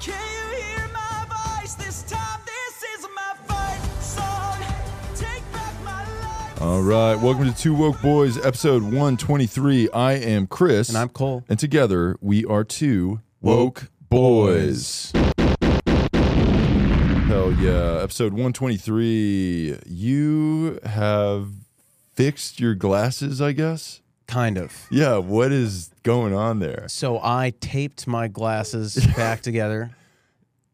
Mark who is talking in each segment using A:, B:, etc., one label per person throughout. A: Can you hear my voice this time? This is my fight song. Take back my life.
B: Uh,
C: All right, welcome to Two Woke Boys, episode 123. I am Chris.
B: And I'm Cole.
C: And together we are two Woke Boys. Hell yeah. Episode 123. You have fixed your glasses, I guess?
B: Kind of.
C: Yeah, what is going on there?
B: So I taped my glasses back together.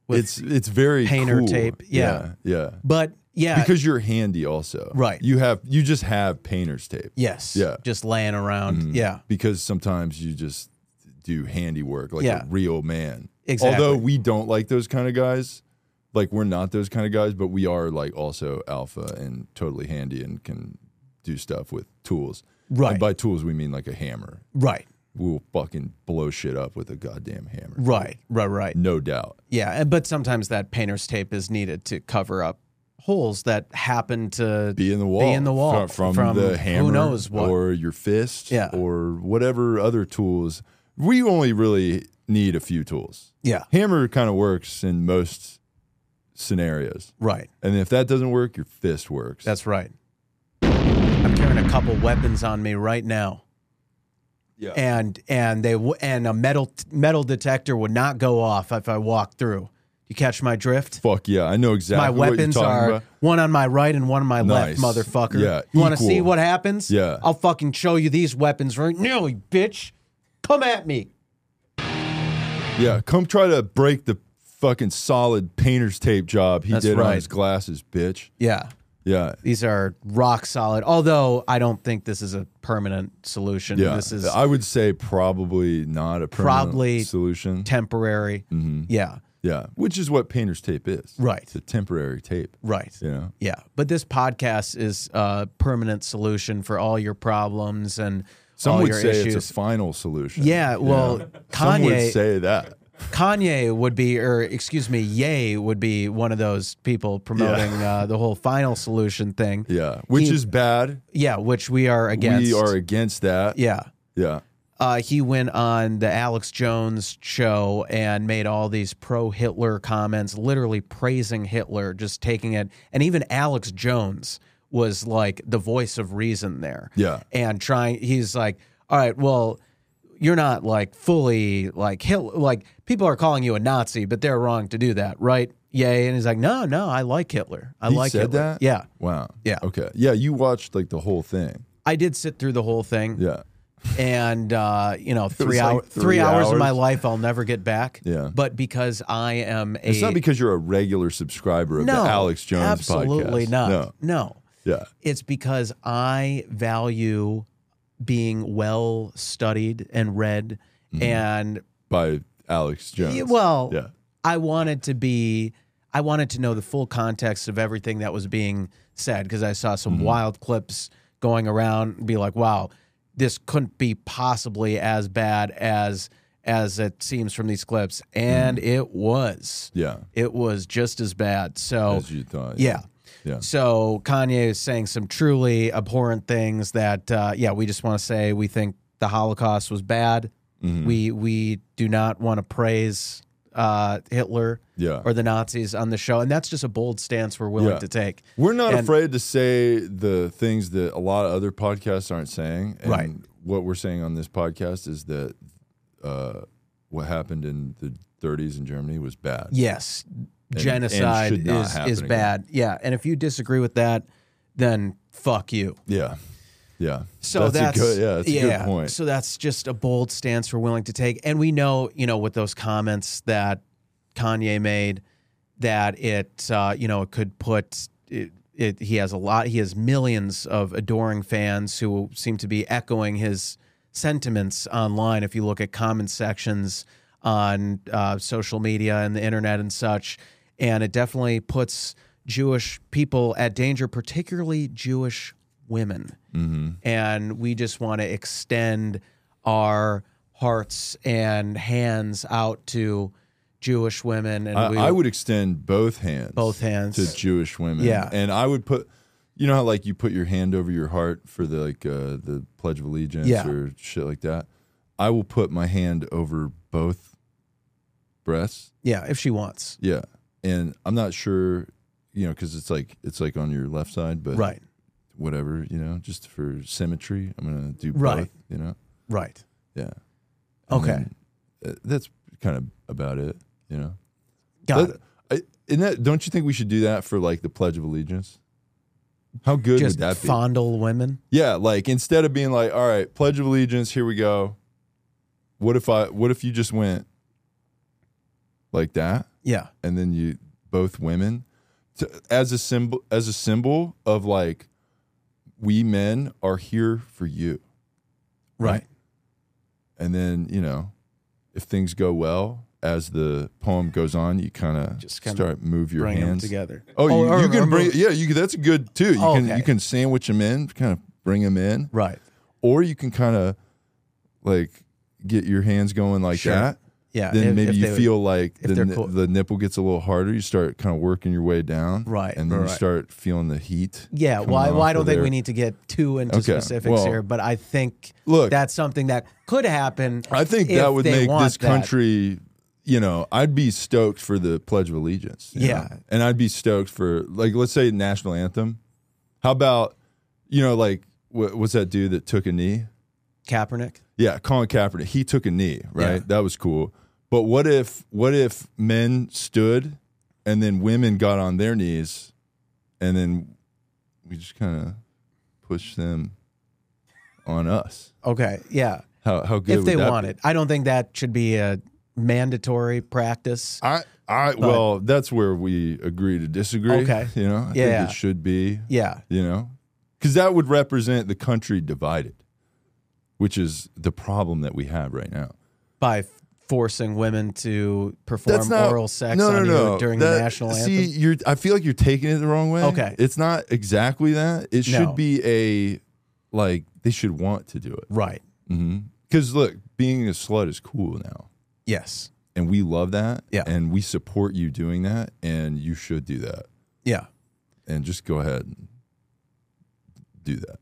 B: With
C: it's it's very
B: painter
C: cool.
B: tape, yeah.
C: yeah. yeah.
B: But yeah.
C: Because you're handy also.
B: Right.
C: You have you just have painter's tape.
B: yes.
C: Yeah. Mm.
B: Just laying around. Yeah.
C: because sometimes you just do handiwork like
B: Yeah.
C: a real man.
B: Exactly.
C: Although we don't like those kind of guys, like we're not those kind of guys, but we are like also alpha and totally handy and can do stuff with tools.
B: Right.
C: And by tools we mean like a hammer.
B: Right.
C: We'll fucking blow shit up with a goddamn hammer.
B: Right. Right. Right.
C: No doubt.
B: Yeah. And, but sometimes that painter's tape is needed to cover up holes that happen to
C: Be in the wall.
B: Be in the wall
C: Fro- From, the hammer
B: Who knows what?
C: or your fist
B: Yeah.
C: or whatever other tools. We only really need a few tools.
B: yeah.
C: hammer kind of works in most scenarios.
B: Right.
C: And if that doesn't work, your fist works.
B: That's right. I'm carrying a couple weapons on me right now.
C: Yeah.
B: And and they w- and a metal metal detector would not go off if I walked through. You catch my drift?
C: fuck yeah. I know exactly
B: my
C: what
B: weapons
C: you're talking
B: are
C: about.
B: one on my right and one on my
C: Nice.
B: left, motherfucker.
C: Yeah,
B: you want to see
C: equal.
B: what happens?
C: Yeah.
B: I'll fucking show you these weapons right now, you bitch. Come at me.
C: Yeah, come try to break the fucking solid painter's tape job he
B: That's
C: did on
B: right.
C: his glasses, bitch.
B: Yeah.
C: Yeah.
B: These are rock solid. Although I don't think this is a permanent solution.
C: Yeah.
B: This is
C: I would say probably not a permanent
B: Probably
C: solution.
B: temporary.
C: Mm-hmm.
B: Yeah.
C: yeah. Which is what painter's tape is.
B: Right.
C: It's a temporary tape.
B: Right.
C: You know?
B: Yeah, but this podcast is a permanent solution for all your problems and
C: Some
B: all
C: would
B: your
C: say
B: issues.
C: it's a final solution.
B: yeah,
C: you
B: well,
C: know? Some would
B: Kanye
C: say that.
B: Kanye would be, or excuse me, Ye would be one of those people promoting uh, the whole final solution thing.
C: Yeah. Which
B: He-
C: is bad.
B: yeah, which we are against.
C: We are against that.
B: yeah.
C: Yeah.
B: Uh, he went on the Alex Jones show and made all these pro Hitler comments, literally praising Hitler, just taking it. And even Alex Jones was like the voice of reason there.
C: Yeah.
B: and trying he's like all right well you're not like fully like Hitler. like people are calling you a nazi but they're wrong to do that right yay and he's like no no i like hitler i
C: He
B: like
C: said
B: Hitler."
C: that?
B: yeah
C: Wow.
B: Yeah.
C: Okay. Yeah, you watched like the whole thing.
B: i did sit through the whole thing
C: Yeah.
B: and uh, you know
C: was
B: three,
C: like
B: hour,
C: three
B: three hours of
C: hours.
B: my life i'll never get back
C: Yeah.
B: but because i am a
C: It's not because you're a regular subscriber of
B: no
C: the Alex Jones podcast.
B: absolutely not
C: No.
B: no
C: Yeah.
B: It's because I value being well studied and read.
C: Mm-hmm.
B: And
C: By Alex Jones.
B: Yeah, well,
C: Yeah.
B: I wanted to be, I wanted to know the full context of everything that was being said because I saw some wild clips going around and be like, wow, this couldn't be possibly as bad as as it seems from these clips and it was
C: Yeah.
B: it was just as bad so
C: As you thought.
B: oh, yeah.
C: Yeah.
B: So Kanye is saying some truly abhorrent things that, uh, yeah, we just want to say we think the Holocaust was bad.
C: Mm-hmm.
B: We we do not want to praise uh, Hitler
C: Yeah.
B: or the Nazis on the show, and that's just a bold stance we're willing
C: Yeah.
B: to take.
C: We're not
B: And-
C: afraid to say the things that a lot of other podcasts aren't saying. And
B: Right.
C: What we're saying on this podcast is that uh, what happened in the 30s in Germany was bad.
B: Yes,
C: and
B: genocide
C: should not
B: is
C: happen
B: is
C: again.
B: bad. Yeah, and if you disagree with that, then fuck you.
C: Yeah. Yeah.
B: So that's,
C: a good, yeah, that's a good point.
B: So that's just a bold stance we're willing to take, and we know, you know, with those comments that Kanye made, that it, uh, you know, it could put it. it he has a lot. He has millions of adoring fans who seem to be echoing his sentiments online. If you look at comment sections on uh, social media and the internet and such, and it definitely puts Jewish people at danger, particularly Jewish women
C: Mm-hmm.
B: and we just want to extend our hearts and hands out to Jewish women and we
C: I, I would extend both hands,
B: Both hands.
C: to Jewish women.
B: Yeah.
C: and I would put, you know how like you put your hand over your heart for the like uh, the Pledge of Allegiance
B: Yeah.
C: or shit like that. I will put my hand over both breaths.
B: Yeah, if she wants.
C: Yeah, and I'm not sure, you know, because it's like it's like on your left side, but
B: Right.
C: whatever, you know, just for symmetry, I'm gonna do both.
B: Right.
C: You know,
B: Right.
C: yeah.
B: Okay.
C: then, uh, that's kind of about it. You know,
B: Got
C: That-
B: it.
C: I, isn't that, don't you think we should do that for like the Pledge of Allegiance? How good
B: Just
C: would that be?
B: fondle women.
C: Yeah, like instead of being like, all right, Pledge of Allegiance, here we go. What if I what if you just went like that
B: Yeah.
C: and then you both women to, as a symbol as a symbol of like we men are here for you.
B: Right.
C: And then, you know, if things go well, as the poem goes on, you kind of
B: Just kinda
C: start move your
B: Bring them
C: hands
B: together.
C: Oh, you,
B: or-
C: you can
B: or
C: bring
B: move-
C: yeah, you can, that's good too. You
B: Oh,
C: can
B: okay.
C: you can sandwich them in, kind of bring them in.
B: Right.
C: or you can kind of like get your hands going like
B: Sure.
C: that.
B: Yeah.
C: Then
B: if-
C: maybe
B: if
C: you
B: they-
C: feel like
B: if
C: the,
B: they're
C: ni-
B: cool.
C: the nipple gets a little harder. You start kind of working your way down,
B: Right,
C: And then you
B: right.
C: start feeling the heat.
B: Yeah,
C: coming
B: well, I, well, I
C: off
B: don't
C: of
B: think
C: there.
B: we need to get too into
C: Okay,
B: specifics
C: well,
B: here, but I think
C: look-
B: that's something that could happen.
C: I think
B: if
C: that would
B: they
C: make
B: want
C: this
B: that.
C: country. You know, I'd be stoked for the Pledge of Allegiance. you
B: Yeah.
C: know? and I'd be stoked for like let's say national anthem. How about you know like wha- what's that dude that took a knee?
B: Kaepernick.
C: Yeah, Colin Kaepernick, he took a knee, right?
B: Yeah.
C: That was cool. But what if what if men stood and then women got on their knees and then we just kind of push them on us?
B: Okay, yeah,
C: How how good
B: if
C: would
B: they
C: that
B: want
C: be?
B: it, I don't think that should be a mandatory practice.
C: I I well, that's where we agree to disagree.
B: Okay.
C: You know, I
B: Yeah.
C: think it should be,
B: Yeah,
C: you know. Cuz that would represent the country divided, which is the problem that we have right now.
B: by f- forcing women to perform oral sex
C: no, no,
B: on
C: no.
B: you during
C: That-
B: the national anthem.
C: See, you're. I feel like you're taking it the wrong way.
B: Okay.
C: it's not exactly that. It should
B: No.
C: be a like they should want to do it.
B: right.
C: Because look, being a slut is cool now,
B: Yes.
C: and we love that.
B: Yeah.
C: and we support you doing that, and you should do that.
B: Yeah,
C: And just go ahead and do that.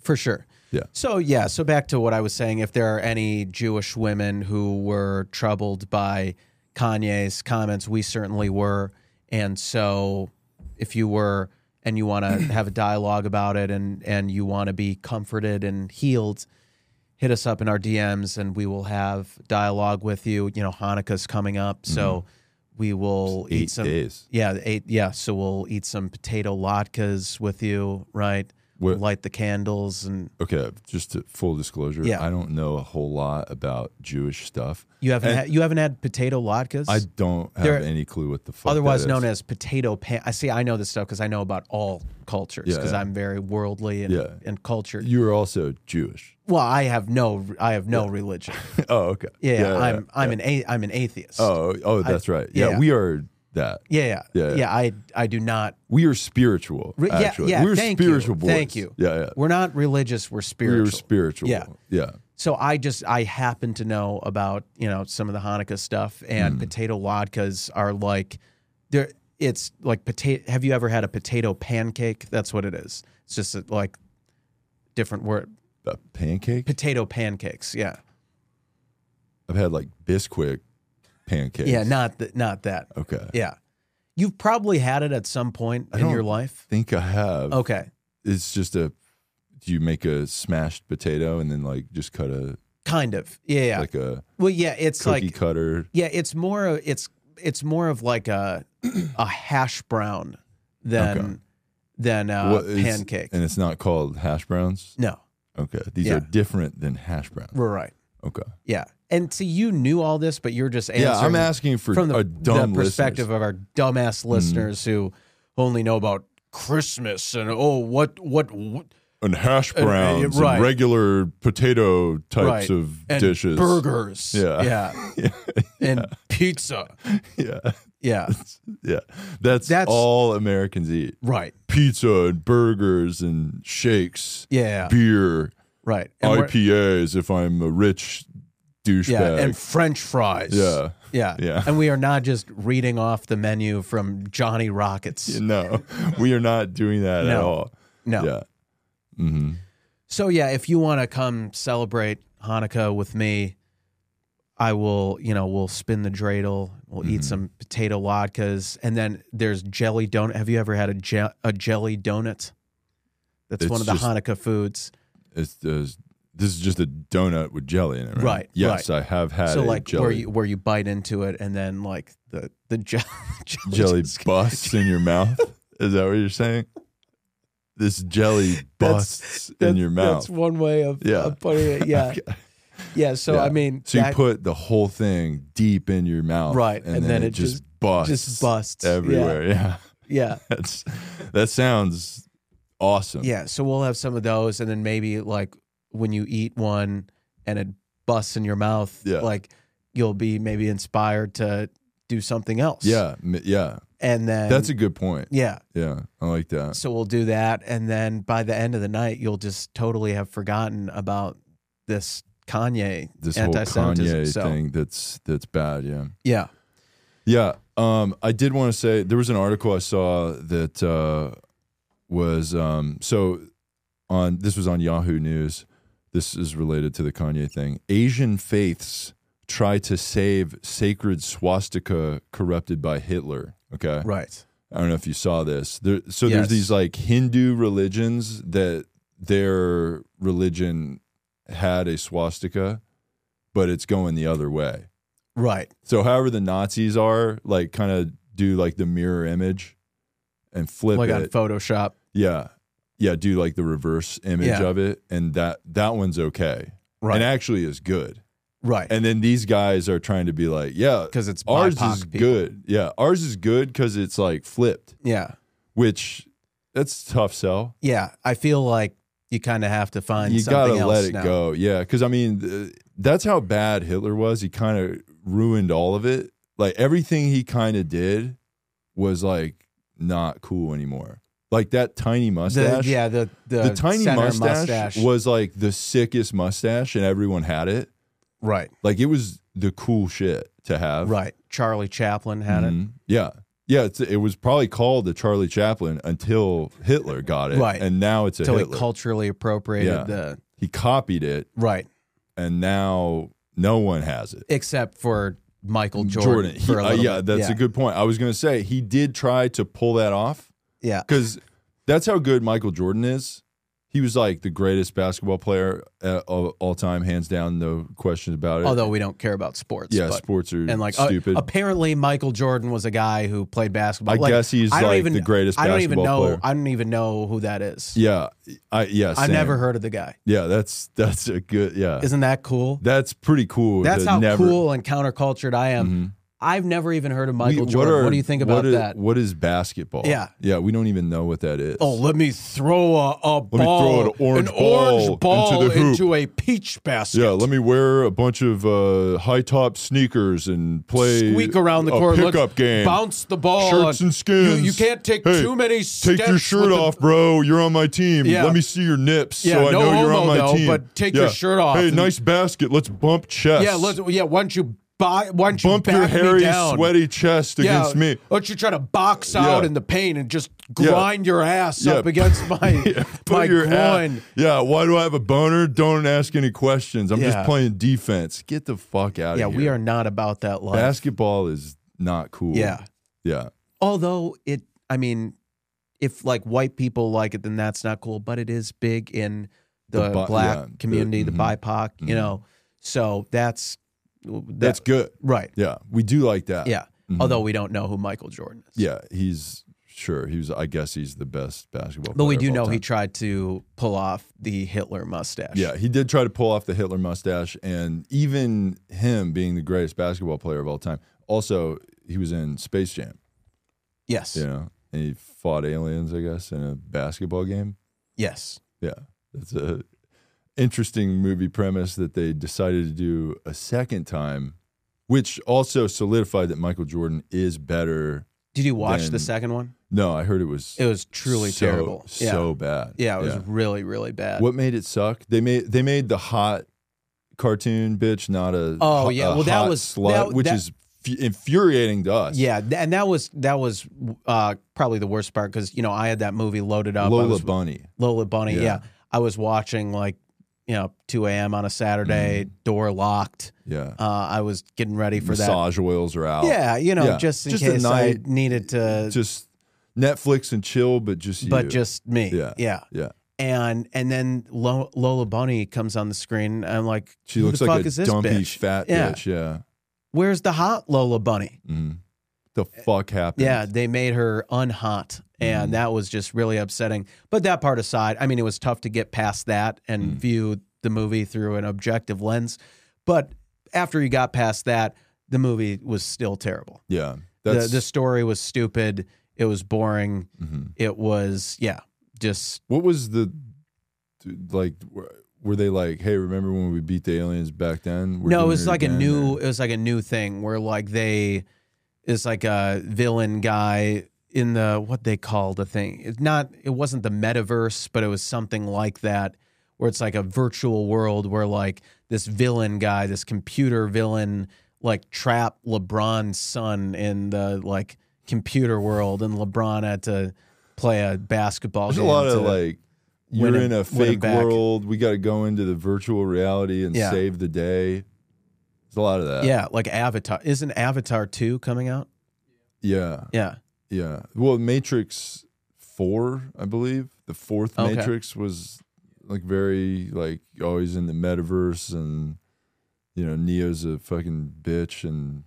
B: for sure.
C: Yeah.
B: So yeah, so back to what I was saying. If there are any Jewish women who were troubled by Kanye's comments, we certainly were. And so, if you were and you want to have a dialogue about it and and you want to be comforted and healed, hit us up in our DMs and we will have dialogue with you. You know, Hanukkah's coming up, so we will
C: Mm-hmm. Eight
B: eat some.
C: days.
B: Yeah, eight. Yeah, so we'll eat some potato latkes with you, right?
C: What-
B: Light the candles and
C: Okay, just to full disclosure,
B: Yeah.
C: I don't know a whole lot about Jewish stuff.
B: You haven't
C: And-
B: had, you haven't had potato latkes,
C: I don't have
B: There-
C: any clue what the fuck.
B: otherwise
C: that
B: known
C: is.
B: as potato pan. I see. I know this stuff because I know about all cultures
C: Yeah,
B: because
C: yeah.
B: I'm very worldly and
C: Yeah.
B: and cultured.
C: You are also Jewish.
B: well, I have no I have no religion.
C: oh, okay.
B: Yeah, I'm I'm an a, I'm an atheist.
C: Oh, oh, that's right. Yeah,
B: yeah.
C: we are that.
B: yeah, yeah,
C: Yeah, yeah.
B: yeah. I I do not.
C: We are spiritual.
B: re- yeah,
C: actually,
B: yeah.
C: we're
B: thank
C: spiritual
B: you.
C: boys.
B: Thank you.
C: Yeah, yeah.
B: We're not religious. We're spiritual.
C: We're spiritual.
B: Yeah.
C: yeah.
B: So I just I happen to know about you know some of the Hanukkah stuff
C: Hmm.
B: and potato latkes are like they're it's like potato. Have you ever had a potato pancake? That's what it is. It's just a, like different word.
C: A pancake.
B: Potato pancakes. Yeah,
C: I've had like Bisquick pancakes.
B: yeah. Not that. Not that.
C: Okay.
B: Yeah, you've probably had it at some point in
C: don't-
B: your life.
C: think I have.
B: Okay,
C: It's just a. Do you make a smashed potato and then like just cut a
B: kind of. Yeah. yeah.
C: like a
B: well, yeah. It's
C: cookie
B: like
C: cutter?
B: Yeah, it's more of- it's it's more of like a a hash brown than
C: Okay.
B: than a
C: What is-
B: uh, pancake.
C: and it's not called hash browns.
B: no,
C: Okay, these
B: Yeah.
C: are different than hash browns.
B: we're right.
C: Okay,
B: Yeah, and see, you knew all this, but you're just answering
C: yeah, I'm asking for
B: from the,
C: a dumb
B: the perspective
C: listeners. Mm.
B: of our dumbass listeners who only know about Christmas and oh, what what, what
C: and hash
B: uh,
C: browns and,
B: right.
C: regular potato types
B: right,
C: of
B: and
C: dishes.
B: burgers,
C: Yeah.
B: yeah, and pizza,
C: Yeah.
B: yeah,
C: Yeah. That's,
B: That's-
C: all Americans eat.
B: right,
C: Pizza and burgers and shakes,
B: yeah,
C: beer,
B: right, and we're-
C: IPAs if I'm a rich douchebag.
B: yeah, and French fries,
C: yeah.
B: Yeah.
C: Yeah.
B: And we are not just reading off the menu from Johnny Rockets.
C: No, we are not doing that at
B: No.
C: all.
B: No.
C: Yeah. hmm
B: So yeah, if you want to come celebrate Hanukkah with me, I will, you know, we'll spin the dreidel, we'll
C: Mm-hmm.
B: eat some potato latkes, and then there's jelly donut. Have you ever had a je- a jelly donut? That's
C: It's
B: one of the
C: just-
B: Hanukkah foods.
C: It's there's- this is just a donut with jelly in it, right?
B: Right,
C: Yes, I have had
B: So
C: a
B: like
C: jelly
B: where you where you bite into it and then like the the je- jelly,
C: jelly
B: just-
C: busts in your mouth. Is that what you're saying? This jelly busts in
B: That's-
C: your mouth.
B: That's one way of,
C: Yeah.
B: of putting it. Yeah, yeah. So
C: Yeah.
B: I mean,
C: so you
B: that
C: put the whole thing deep in your mouth,
B: Right,
C: And, then, it just busts,
B: just busts Yeah.
C: everywhere. Yeah,
B: yeah.
C: that's that sounds awesome.
B: Yeah, so we'll have some of those, and then maybe like when you eat one and it busts in your mouth,
C: Yeah.
B: like you'll be maybe inspired to do something else.
C: yeah, m- yeah.
B: and then
C: That's a good point.
B: yeah.
C: Yeah, I like that.
B: So we'll do that, and then by the end of the night, you'll just totally have forgotten about this Kanye
C: This whole
B: anti-Semitism.
C: Kanye
B: so
C: thing that's that's bad. Yeah.
B: yeah,
C: Yeah. Um, I did want to say there was an article I saw that uh, was um, so on this was on Yahoo News. This is related to the Kanye thing. Asian faiths try to save sacred swastika corrupted by Hitler. Okay.
B: right,
C: I don't know if you saw this. There, so
B: Yes.
C: there's these like Hindu religions that their religion had a swastika, but it's going the other way.
B: right,
C: So however the Nazis are, like kind of do like the mirror image and flip
B: like
C: it.
B: on Photoshop.
C: yeah. Yeah, do like the reverse image
B: Yeah.
C: of it and that that one's okay.
B: Right,
C: And actually is good.
B: right,
C: And then these guys are trying to be like, yeah,
B: because it's
C: ours
B: BIPOC
C: is
B: people.
C: good. Yeah, ours is good cuz it's like flipped,
B: Yeah,
C: which that's a tough sell.
B: yeah. I feel like you kind of have to find
C: you got
B: something
C: to
B: else
C: let it
B: now.
C: go. Yeah, cuz I mean th- that's how bad Hitler was. He kind of ruined all of it. Like everything he kind of did was like not cool anymore. Like that tiny
B: The,
C: mustache.
B: yeah, the the,
C: The tiny
B: center
C: mustache,
B: mustache.
C: was like the sickest mustache and everyone had it.
B: right,
C: Like it was the cool shit to have.
B: right. Charlie Chaplin had
C: Mhm. Yeah. Yeah, it's, it was probably called the Charlie Chaplin until Hitler got it.
B: Right.
C: And now it's a
B: it, so he
C: Hitler.
B: culturally appropriated
C: Yeah.
B: the
C: he copied it
B: right,
C: and now no one has it.
B: except for Michael Jordan.
C: Jordan. He-
B: for a
C: uh,
B: little
C: yeah,
B: bit.
C: that's
B: yeah.
C: a good point. I was going to say he did try to pull that off
B: Yeah,
C: because that's how good Michael Jordan is. He was like the greatest basketball player uh, of all time, hands down, no question about it.
B: although we don't care about sports.
C: yeah,
B: but-
C: sports are
B: and like uh,
C: stupid.
B: apparently Michael Jordan was a guy who played basketball.
C: I
B: Like,
C: guess he's
B: I don't
C: like
B: even,
C: the greatest
B: I don't even
C: basketball
B: know.
C: player.
B: I don't even know who that is.
C: yeah, I yeah,
B: I've
C: same.
B: never heard of the guy.
C: Yeah, that's that's a good yeah.
B: Isn't that cool?
C: that's pretty cool.
B: That's
C: to
B: how
C: never-
B: cool and countercultured I am.
C: Mhm.
B: I've never even heard of
C: We-
B: Michael Jordan. What,
C: are-
B: do you think about
C: what is-
B: that?
C: What is basketball?
B: Yeah.
C: yeah, we don't even know what that is.
B: Oh, let me throw a, a
C: throw
B: ball,
C: an orange
B: an orange
C: ball
B: ball
C: into the hoop.
B: a peach basket.
C: Yeah, let me wear a bunch of uh, high top sneakers and play
B: squeak around the
C: a
B: court.
C: pickup
B: Let's
C: game.
B: bounce the ball.
C: Shirts and skins.
B: You, you can't take
C: Hey,
B: too many.
C: Take
B: Steps
C: your shirt
B: with the-
C: off, bro. You're on my team.
B: Yeah.
C: Let me see your nips
B: Yeah,
C: so I
B: no
C: know you're on
B: homo,
C: my
B: though,
C: team.
B: but take your shirt off
C: Hey,
B: and-
C: nice basket. Let's bump chest.
B: Yeah, let's, yeah. Why don't you buy? Why don't you
C: bump
B: back
C: your
B: me
C: hairy,
B: down?
C: sweaty chest
B: yeah.
C: against me.
B: Why don't you try to box out
C: Yeah.
B: in the paint and just
C: Yeah.
B: grind your ass
C: Yeah.
B: up against my my groin?
C: ass- Yeah, why do I have a boner? Don't ask any questions. I'm
B: Yeah.
C: just playing defense. Get the fuck out of
B: yeah,
C: here.
B: we are not about that life.
C: Basketball is not cool.
B: Yeah.
C: Yeah.
B: Although it, I mean, if like white people like it, then that's not cool. But it is big in the,
C: The bi-
B: black
C: yeah, the-
B: community, the,
C: mhm,
B: BIPOC, you know. So that's that-
C: That's good.
B: right.
C: Yeah, we do like that.
B: Yeah.
C: Mhm.
B: Although we don't know who Michael Jordan is.
C: yeah, he's sure. He was. I guess he's the best basketball.
B: But we
C: player
B: do
C: of all
B: know he
C: time.
B: tried to pull off the Hitler mustache.
C: Yeah, he did try to pull off the Hitler mustache, and even him being the greatest basketball player of all time. Also, he was in Space Jam.
B: Yes.
C: You know, and he fought aliens. I guess in a basketball game.
B: Yes.
C: Yeah, that's a interesting movie premise that they decided to do a second time, which also solidified that Michael Jordan is better.
B: Did you watch the
C: Then-
B: second one?
C: No, I heard it was
B: It was truly
C: so,
B: terrible. Yeah.
C: So bad.
B: yeah, it was really, really bad.
C: What made it suck? They made they made the hot cartoon bitch not a
B: Oh,
C: ho-
B: yeah.
C: a
B: Well, that
C: hot
B: was-
C: slut,
B: that-
C: which
B: that-
C: is f- infuriating to us.
B: Yeah, th- and that was that was uh, probably the worst part because you know I had that movie loaded up. I
C: Lola
B: was,
C: Bunny.
B: Lola Bunny. Yeah.
C: Yeah.
B: I was watching like you know, 2 a.m. on a Saturday,
C: Mm-hmm.
B: door locked.
C: Yeah.
B: Uh, I was getting ready for
C: Massage oils are out.
B: that. Yeah, you know,
C: Yeah.
B: just in
C: Just a
B: case
C: night,
B: I needed to,
C: Just Netflix and chill, but just
B: but
C: you.
B: just me.
C: Yeah.
B: yeah.
C: yeah.
B: And and then Lo- Lola Bunny comes on the screen. I'm like,
C: She
B: who
C: looks
B: the
C: like
B: fuck
C: a
B: is this
C: dumpy
B: bitch?
C: fat
B: Yeah.
C: bitch. Yeah.
B: Where's the hot Lola Bunny?
C: Mm. The fuck happened?
B: Yeah, they made her unhot, and that was just really upsetting. But that part aside, I mean, it was tough to get past that and view the movie through an objective lens. But after you got past that, the movie was still terrible.
C: Yeah.
B: The,
C: That's
B: the story was stupid. It was boring.
C: Mhm.
B: It was yeah, just
C: what was the like? were- Were they like, hey, remember when we beat the aliens back then? We're
B: no. It
C: doing
B: was like a
C: again,
B: new.
C: or-
B: It was like a new thing where like they, it's like a villain guy in the what they call the thing. It's not. It wasn't the metaverse, but it was something like that where it's like a virtual world where like this villain guy, this computer villain, like trapped LeBron's son in the like computer world, and LeBron had to play a basketball.
C: There's a
B: game
C: lot
B: to-
C: of like, you're
B: win him-
C: in a
B: win him
C: fake
B: back.
C: world. We got to go into the virtual reality and
B: Yeah.
C: save the day. There's a lot of that.
B: yeah, like Avatar. Isn't Avatar two coming out?
C: Yeah.
B: Yeah.
C: Yeah. Well, Matrix Four, I believe the fourth
B: Okay.
C: Matrix was like very like always in the metaverse, and you know Neo's a fucking bitch, and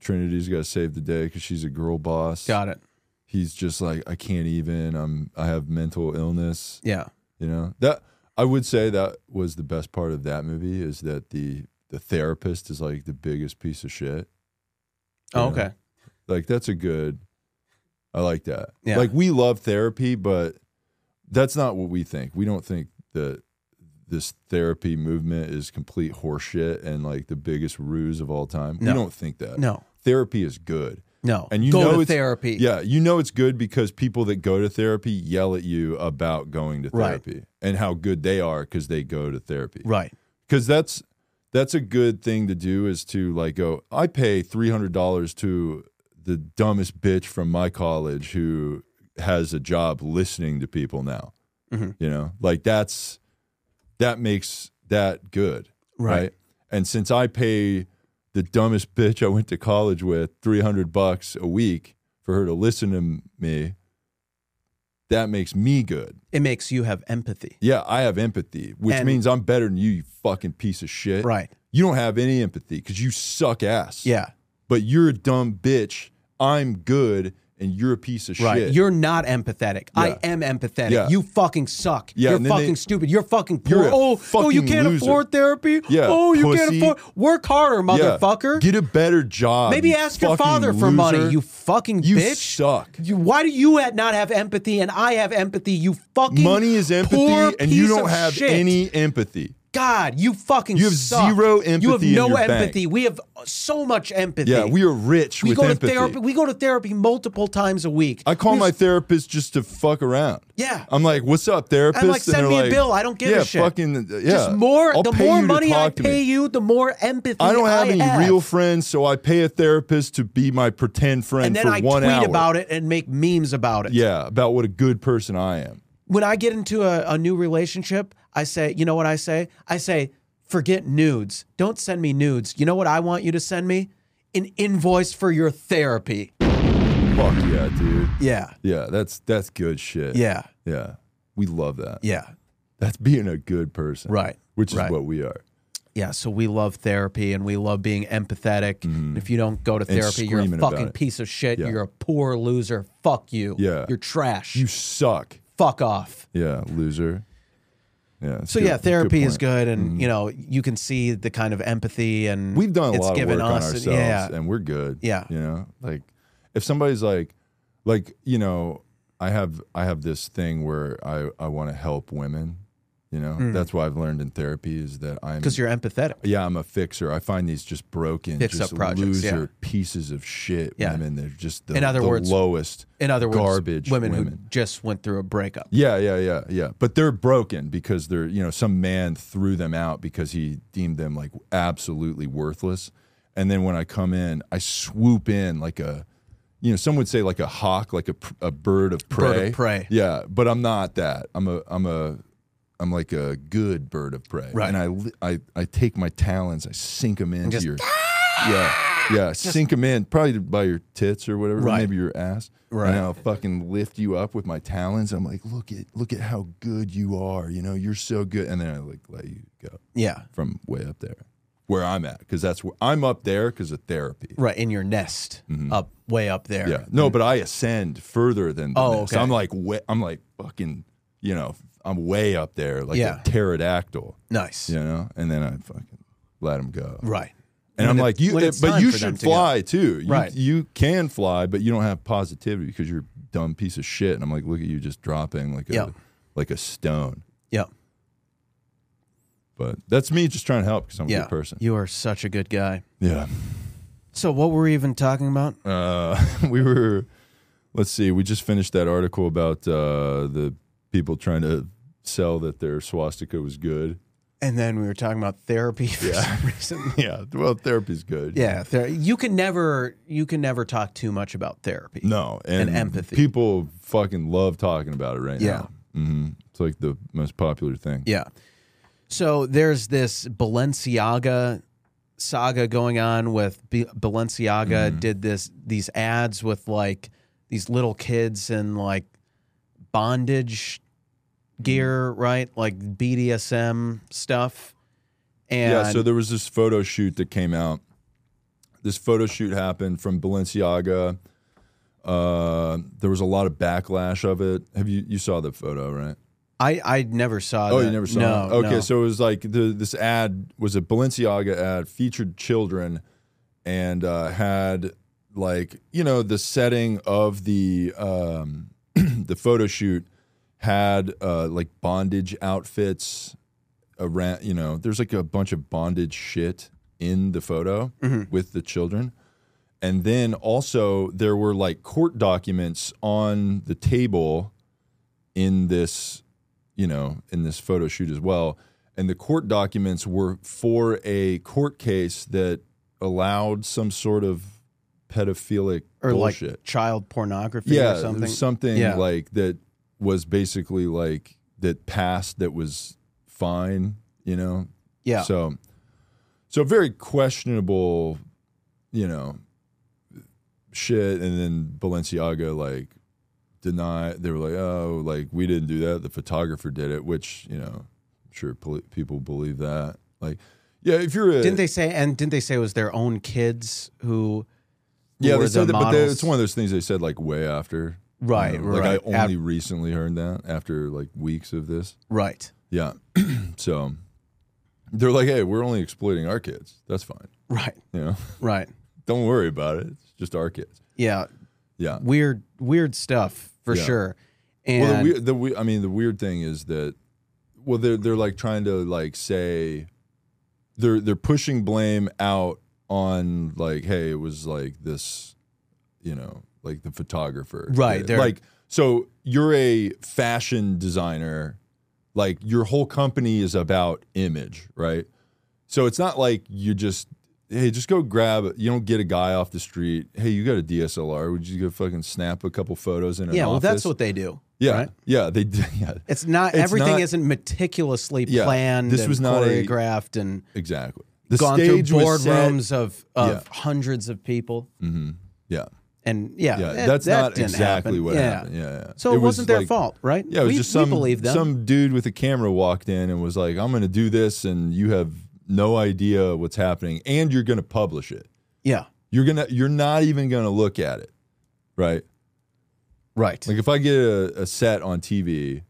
C: Trinity's got to save the day because she's a girl boss.
B: Got it.
C: He's just like I can't even. I'm I have mental illness.
B: Yeah.
C: You know that I would say that was the best part of that movie is that the the therapist is like the biggest piece of shit.
B: Oh,
C: Yeah.
B: okay.
C: Like that's a good. I like that.
B: Yeah.
C: Like we love therapy, but that's not what we think. We don't think that this therapy movement is complete horseshit and like the biggest ruse of all time.
B: No.
C: We don't think that.
B: No.
C: Therapy is good.
B: No.
C: And you
B: go
C: know
B: to
C: it's-
B: therapy.
C: Yeah, you know it's good because people that go to therapy yell at you about going to
B: Right.
C: therapy and how good they are because they go to therapy
B: Right.
C: because that's that's a good thing to do is to like go i pay $300 to the dumbest bitch from my college who has a job listening to people now
B: Mm-hmm.
C: you know like that's that makes that good
B: Right.
C: and since i pay the dumbest bitch i went to college with 300 bucks a week for her to listen to me that makes me good
B: It makes you have empathy.
C: yeah, I have empathy, which
B: And-
C: means I'm better than you, you fucking piece of shit.
B: Right.
C: You don't have any empathy because you suck ass.
B: Yeah.
C: But you're a dumb bitch. I'm good and you're a piece of
B: Right.
C: shit.
B: You're not empathetic. I
C: Yeah.
B: am empathetic.
C: Yeah.
B: You fucking suck.
C: Yeah,
B: You're
C: and then
B: fucking
C: they-
B: stupid. You're fucking poor.
C: You're a
B: oh, oh, you
C: fucking
B: can't
C: loser.
B: afford therapy.
C: Yeah,
B: Oh, you can't
C: pussy.
B: afford. Work harder,
C: Yeah.
B: motherfucker.
C: Get a better job.
B: Maybe
C: you
B: ask your
C: fucking
B: father for money.
C: loser.
B: You fucking
C: You
B: bitch.
C: suck.
B: You, why do you ha- not have empathy and I have empathy? You fucking
C: Money is empathy
B: poor
C: and you
B: piece
C: don't
B: of
C: have
B: shit.
C: any empathy.
B: God, you fucking
C: You have
B: suck.
C: zero
B: You have
C: empathy in
B: no
C: your bank.
B: empathy. We have so much empathy.
C: Yeah, we are rich
B: we
C: with
B: go
C: empathy.
B: to therapy. We go to therapy multiple times a week.
C: I call
B: We-
C: my therapist just to fuck around.
B: Yeah.
C: I'm like, what's up, therapist?
B: I'm like,
C: And
B: send
C: they're
B: me a
C: like,
B: bill. I don't give a
C: yeah,
B: shit.
C: Fucking, uh, yeah.
B: just more.
C: I'll
B: the
C: pay
B: more
C: you to
B: money I
C: talk to me.
B: pay you, the more empathy
C: I don't have any
B: have.
C: real friends, so I pay a therapist to be my pretend friend
B: And then
C: for
B: I
C: one
B: tweet
C: hour.
B: about it and make memes about it.
C: yeah, about what a good person I am.
B: When I get into a, a new relationship, I say, you know what I say? I say, forget nudes. Don't send me nudes. You know what I want you to send me? An invoice for your therapy.
C: Fuck yeah, dude.
B: Yeah.
C: Yeah, that's that's good shit.
B: Yeah.
C: yeah, we love that.
B: Yeah.
C: That's being a good person,
B: Right,
C: Which is
B: right.
C: what we are.
B: yeah, so we love therapy and we love being empathetic. And if you don't go to therapy, you're
C: Mm-hmm.
B: a
C: screaming about
B: fucking
C: it.
B: piece of shit.
C: Yeah.
B: You're a poor loser. Fuck you.
C: Yeah.
B: You're trash.
C: You suck.
B: Fuck off.
C: Yeah, loser. Yeah.
B: So yeah, therapy is
C: point. Mm-hmm.
B: good and you know, you can see the kind of empathy and
C: We've done a
B: it's
C: lot of
B: given
C: work on
B: us-
C: ourselves,
B: yeah.
C: and we're good.
B: Yeah.
C: you know, like if somebody's like, like you know, I have I have this thing where I I want to help women. You know, that's what I've learned in therapy is that I'm
B: Because Hmm. you're empathetic.
C: yeah, I'm a fixer. I find these just broken,
B: Fix-up
C: just
B: projects,
C: loser
B: yeah.
C: pieces of shit
B: Yeah.
C: women. They're just the,
B: In other
C: the
B: words-
C: lowest.
B: In other words,
C: garbage
B: women,
C: women.
B: who just went through a breakup.
C: Yeah, yeah, yeah, yeah. But they're broken because they're, you know, some man threw them out because he deemed them like absolutely worthless. And then when I come in, I swoop in like a, you know, some would say like a hawk, like a, pr- a bird of prey.
B: prey.
C: Yeah, but I'm not that. I'm a I'm a I'm like a good bird of prey,
B: Right.
C: And I li- I I take my talons, I sink them into
B: just- "Ah!"
C: your yeah yeah sink them in probably by your tits or whatever,
B: Right.
C: maybe your ass.
B: Right.
C: And I'll fucking lift you up with my talons. I'm like, look at look at how good you are. You know, you're so good. And then I like let you go
B: Yeah.
C: from way up there, where I'm at, because that's where I'm up there because of therapy.
B: Right. In your nest up way up there.
C: Mm-hmm. Yeah. No, but I ascend further than the
B: Oh,
C: nest.
B: okay.
C: I'm like way, I'm like fucking, you know, I'm way up there like
B: Yeah.
C: a pterodactyl,
B: Nice.
C: you know? And then I fucking let him go.
B: Right.
C: And I'm
B: When it-
C: like, you
B: when it's
C: but
B: time
C: you
B: for them
C: should
B: to go.
C: fly too. You,
B: Right.
C: you can fly, but you don't have positivity because you're a dumb piece of shit. And I'm like, look at you just dropping like a
B: Yeah.
C: like a stone.
B: Yeah.
C: But that's me just trying to help because I'm a
B: Yeah.
C: good person.
B: You are such a good guy.
C: yeah.
B: So what were we even talking about?
C: Uh, we were, let's see, we just finished that article about uh, the people trying to sell that their swastika was good.
B: And then we were talking about therapy for some reason.
C: Yeah, well, therapy's good.
B: Yeah, ther- you can never you can never talk too much about therapy.
C: No, and,
B: And empathy.
C: People fucking love talking about it right
B: Yeah.
C: now. hmm It's like the most popular thing.
B: Yeah. So there's this Balenciaga saga going on with B- Balenciaga
C: Mm-hmm.
B: did this these ads with like these little kids in like bondage gear,
C: Mm-hmm.
B: right? Like BDSM stuff. And
C: yeah, so there was this photo shoot that came out. This photo shoot happened from Balenciaga. Uh, there was a lot of backlash of it. Have you you saw the photo, right?
B: I I never saw
C: Oh,
B: that.
C: you never saw
B: no,
C: it? Okay,
B: no.
C: so it was like the, this ad was a Balenciaga ad, featured children, and uh, had like you know the setting of the um, the photo shoot had uh, like bondage outfits around. You know, there's like a bunch of bondage shit in the photo with the children. And then also there were like court documents on the table in this you know, in this photo shoot as well. And the court documents were for a court case that allowed some sort of pedophilic
B: or
C: bullshit.
B: like child pornography
C: yeah,
B: or
C: there
B: something.
C: was something
B: Yeah.
C: like that was basically like that passed that was fine, you know.
B: yeah.
C: So, so very questionable, you know, shit. And then Balenciaga like deny. They were like, oh, like we didn't do that. The photographer did it, which you know, I'm sure poli- people believe that. Like, yeah, if you're a
B: Didn't they say? And didn't they say it was their own kids who? who
C: yeah,
B: were
C: they said that,
B: the
C: but they,
B: models?
C: it's one of those things they said like way after. you
B: Right,
C: know? Like
B: right.
C: I only recently heard that after like weeks of this.
B: right,
C: Yeah. so they're like, hey, we're only exploiting our kids. That's fine.
B: right,
C: You know.
B: right.
C: don't worry about it. It's just our kids.
B: Yeah,
C: Yeah.
B: weird, weird stuff for
C: Yeah.
B: sure.
C: Well, the,
B: And
C: weird, the we- I mean, the weird thing is that, well, they're they're like trying to like say, they're they're pushing blame out on like, hey, it was like this, you know, like the photographer,
B: Right,
C: Yeah,
B: they're-
C: Like, so you're a fashion designer, like your whole company is about image, right? So it's not like you just hey, just go grab. You don't get a guy off the street. Hey, you got a DSLR? Would you go fucking snap a couple photos in an
B: yeah, well, that's
C: office?
B: what they do.
C: Yeah,
B: right?
C: yeah, they did. Yeah,
B: It's not
C: It's
B: everything
C: not-
B: isn't meticulously
C: Yeah,
B: planned.
C: this
B: and
C: was not a-
B: choreographed and
C: exactly. The
B: gone through
C: stage was set-
B: boardrooms of of hundreds of people.
C: Yeah,
B: And yeah,
C: yeah,
B: that-
C: that's
B: that
C: not
B: didn't
C: exactly
B: happen.
C: what
B: yeah.
C: happened. Yeah, yeah.
B: So it,
C: was
B: wasn't their
C: like-
B: fault, right?
C: Yeah, it was
B: we,
C: just some
B: we believe them.
C: some dude with a camera walked in and was like, "I'm going to do this," and you have no idea what's happening, and you're going to publish it.
B: yeah,
C: You're gonna, you're not even going to look at it, right?
B: right.
C: Like if I get a, a set on TV,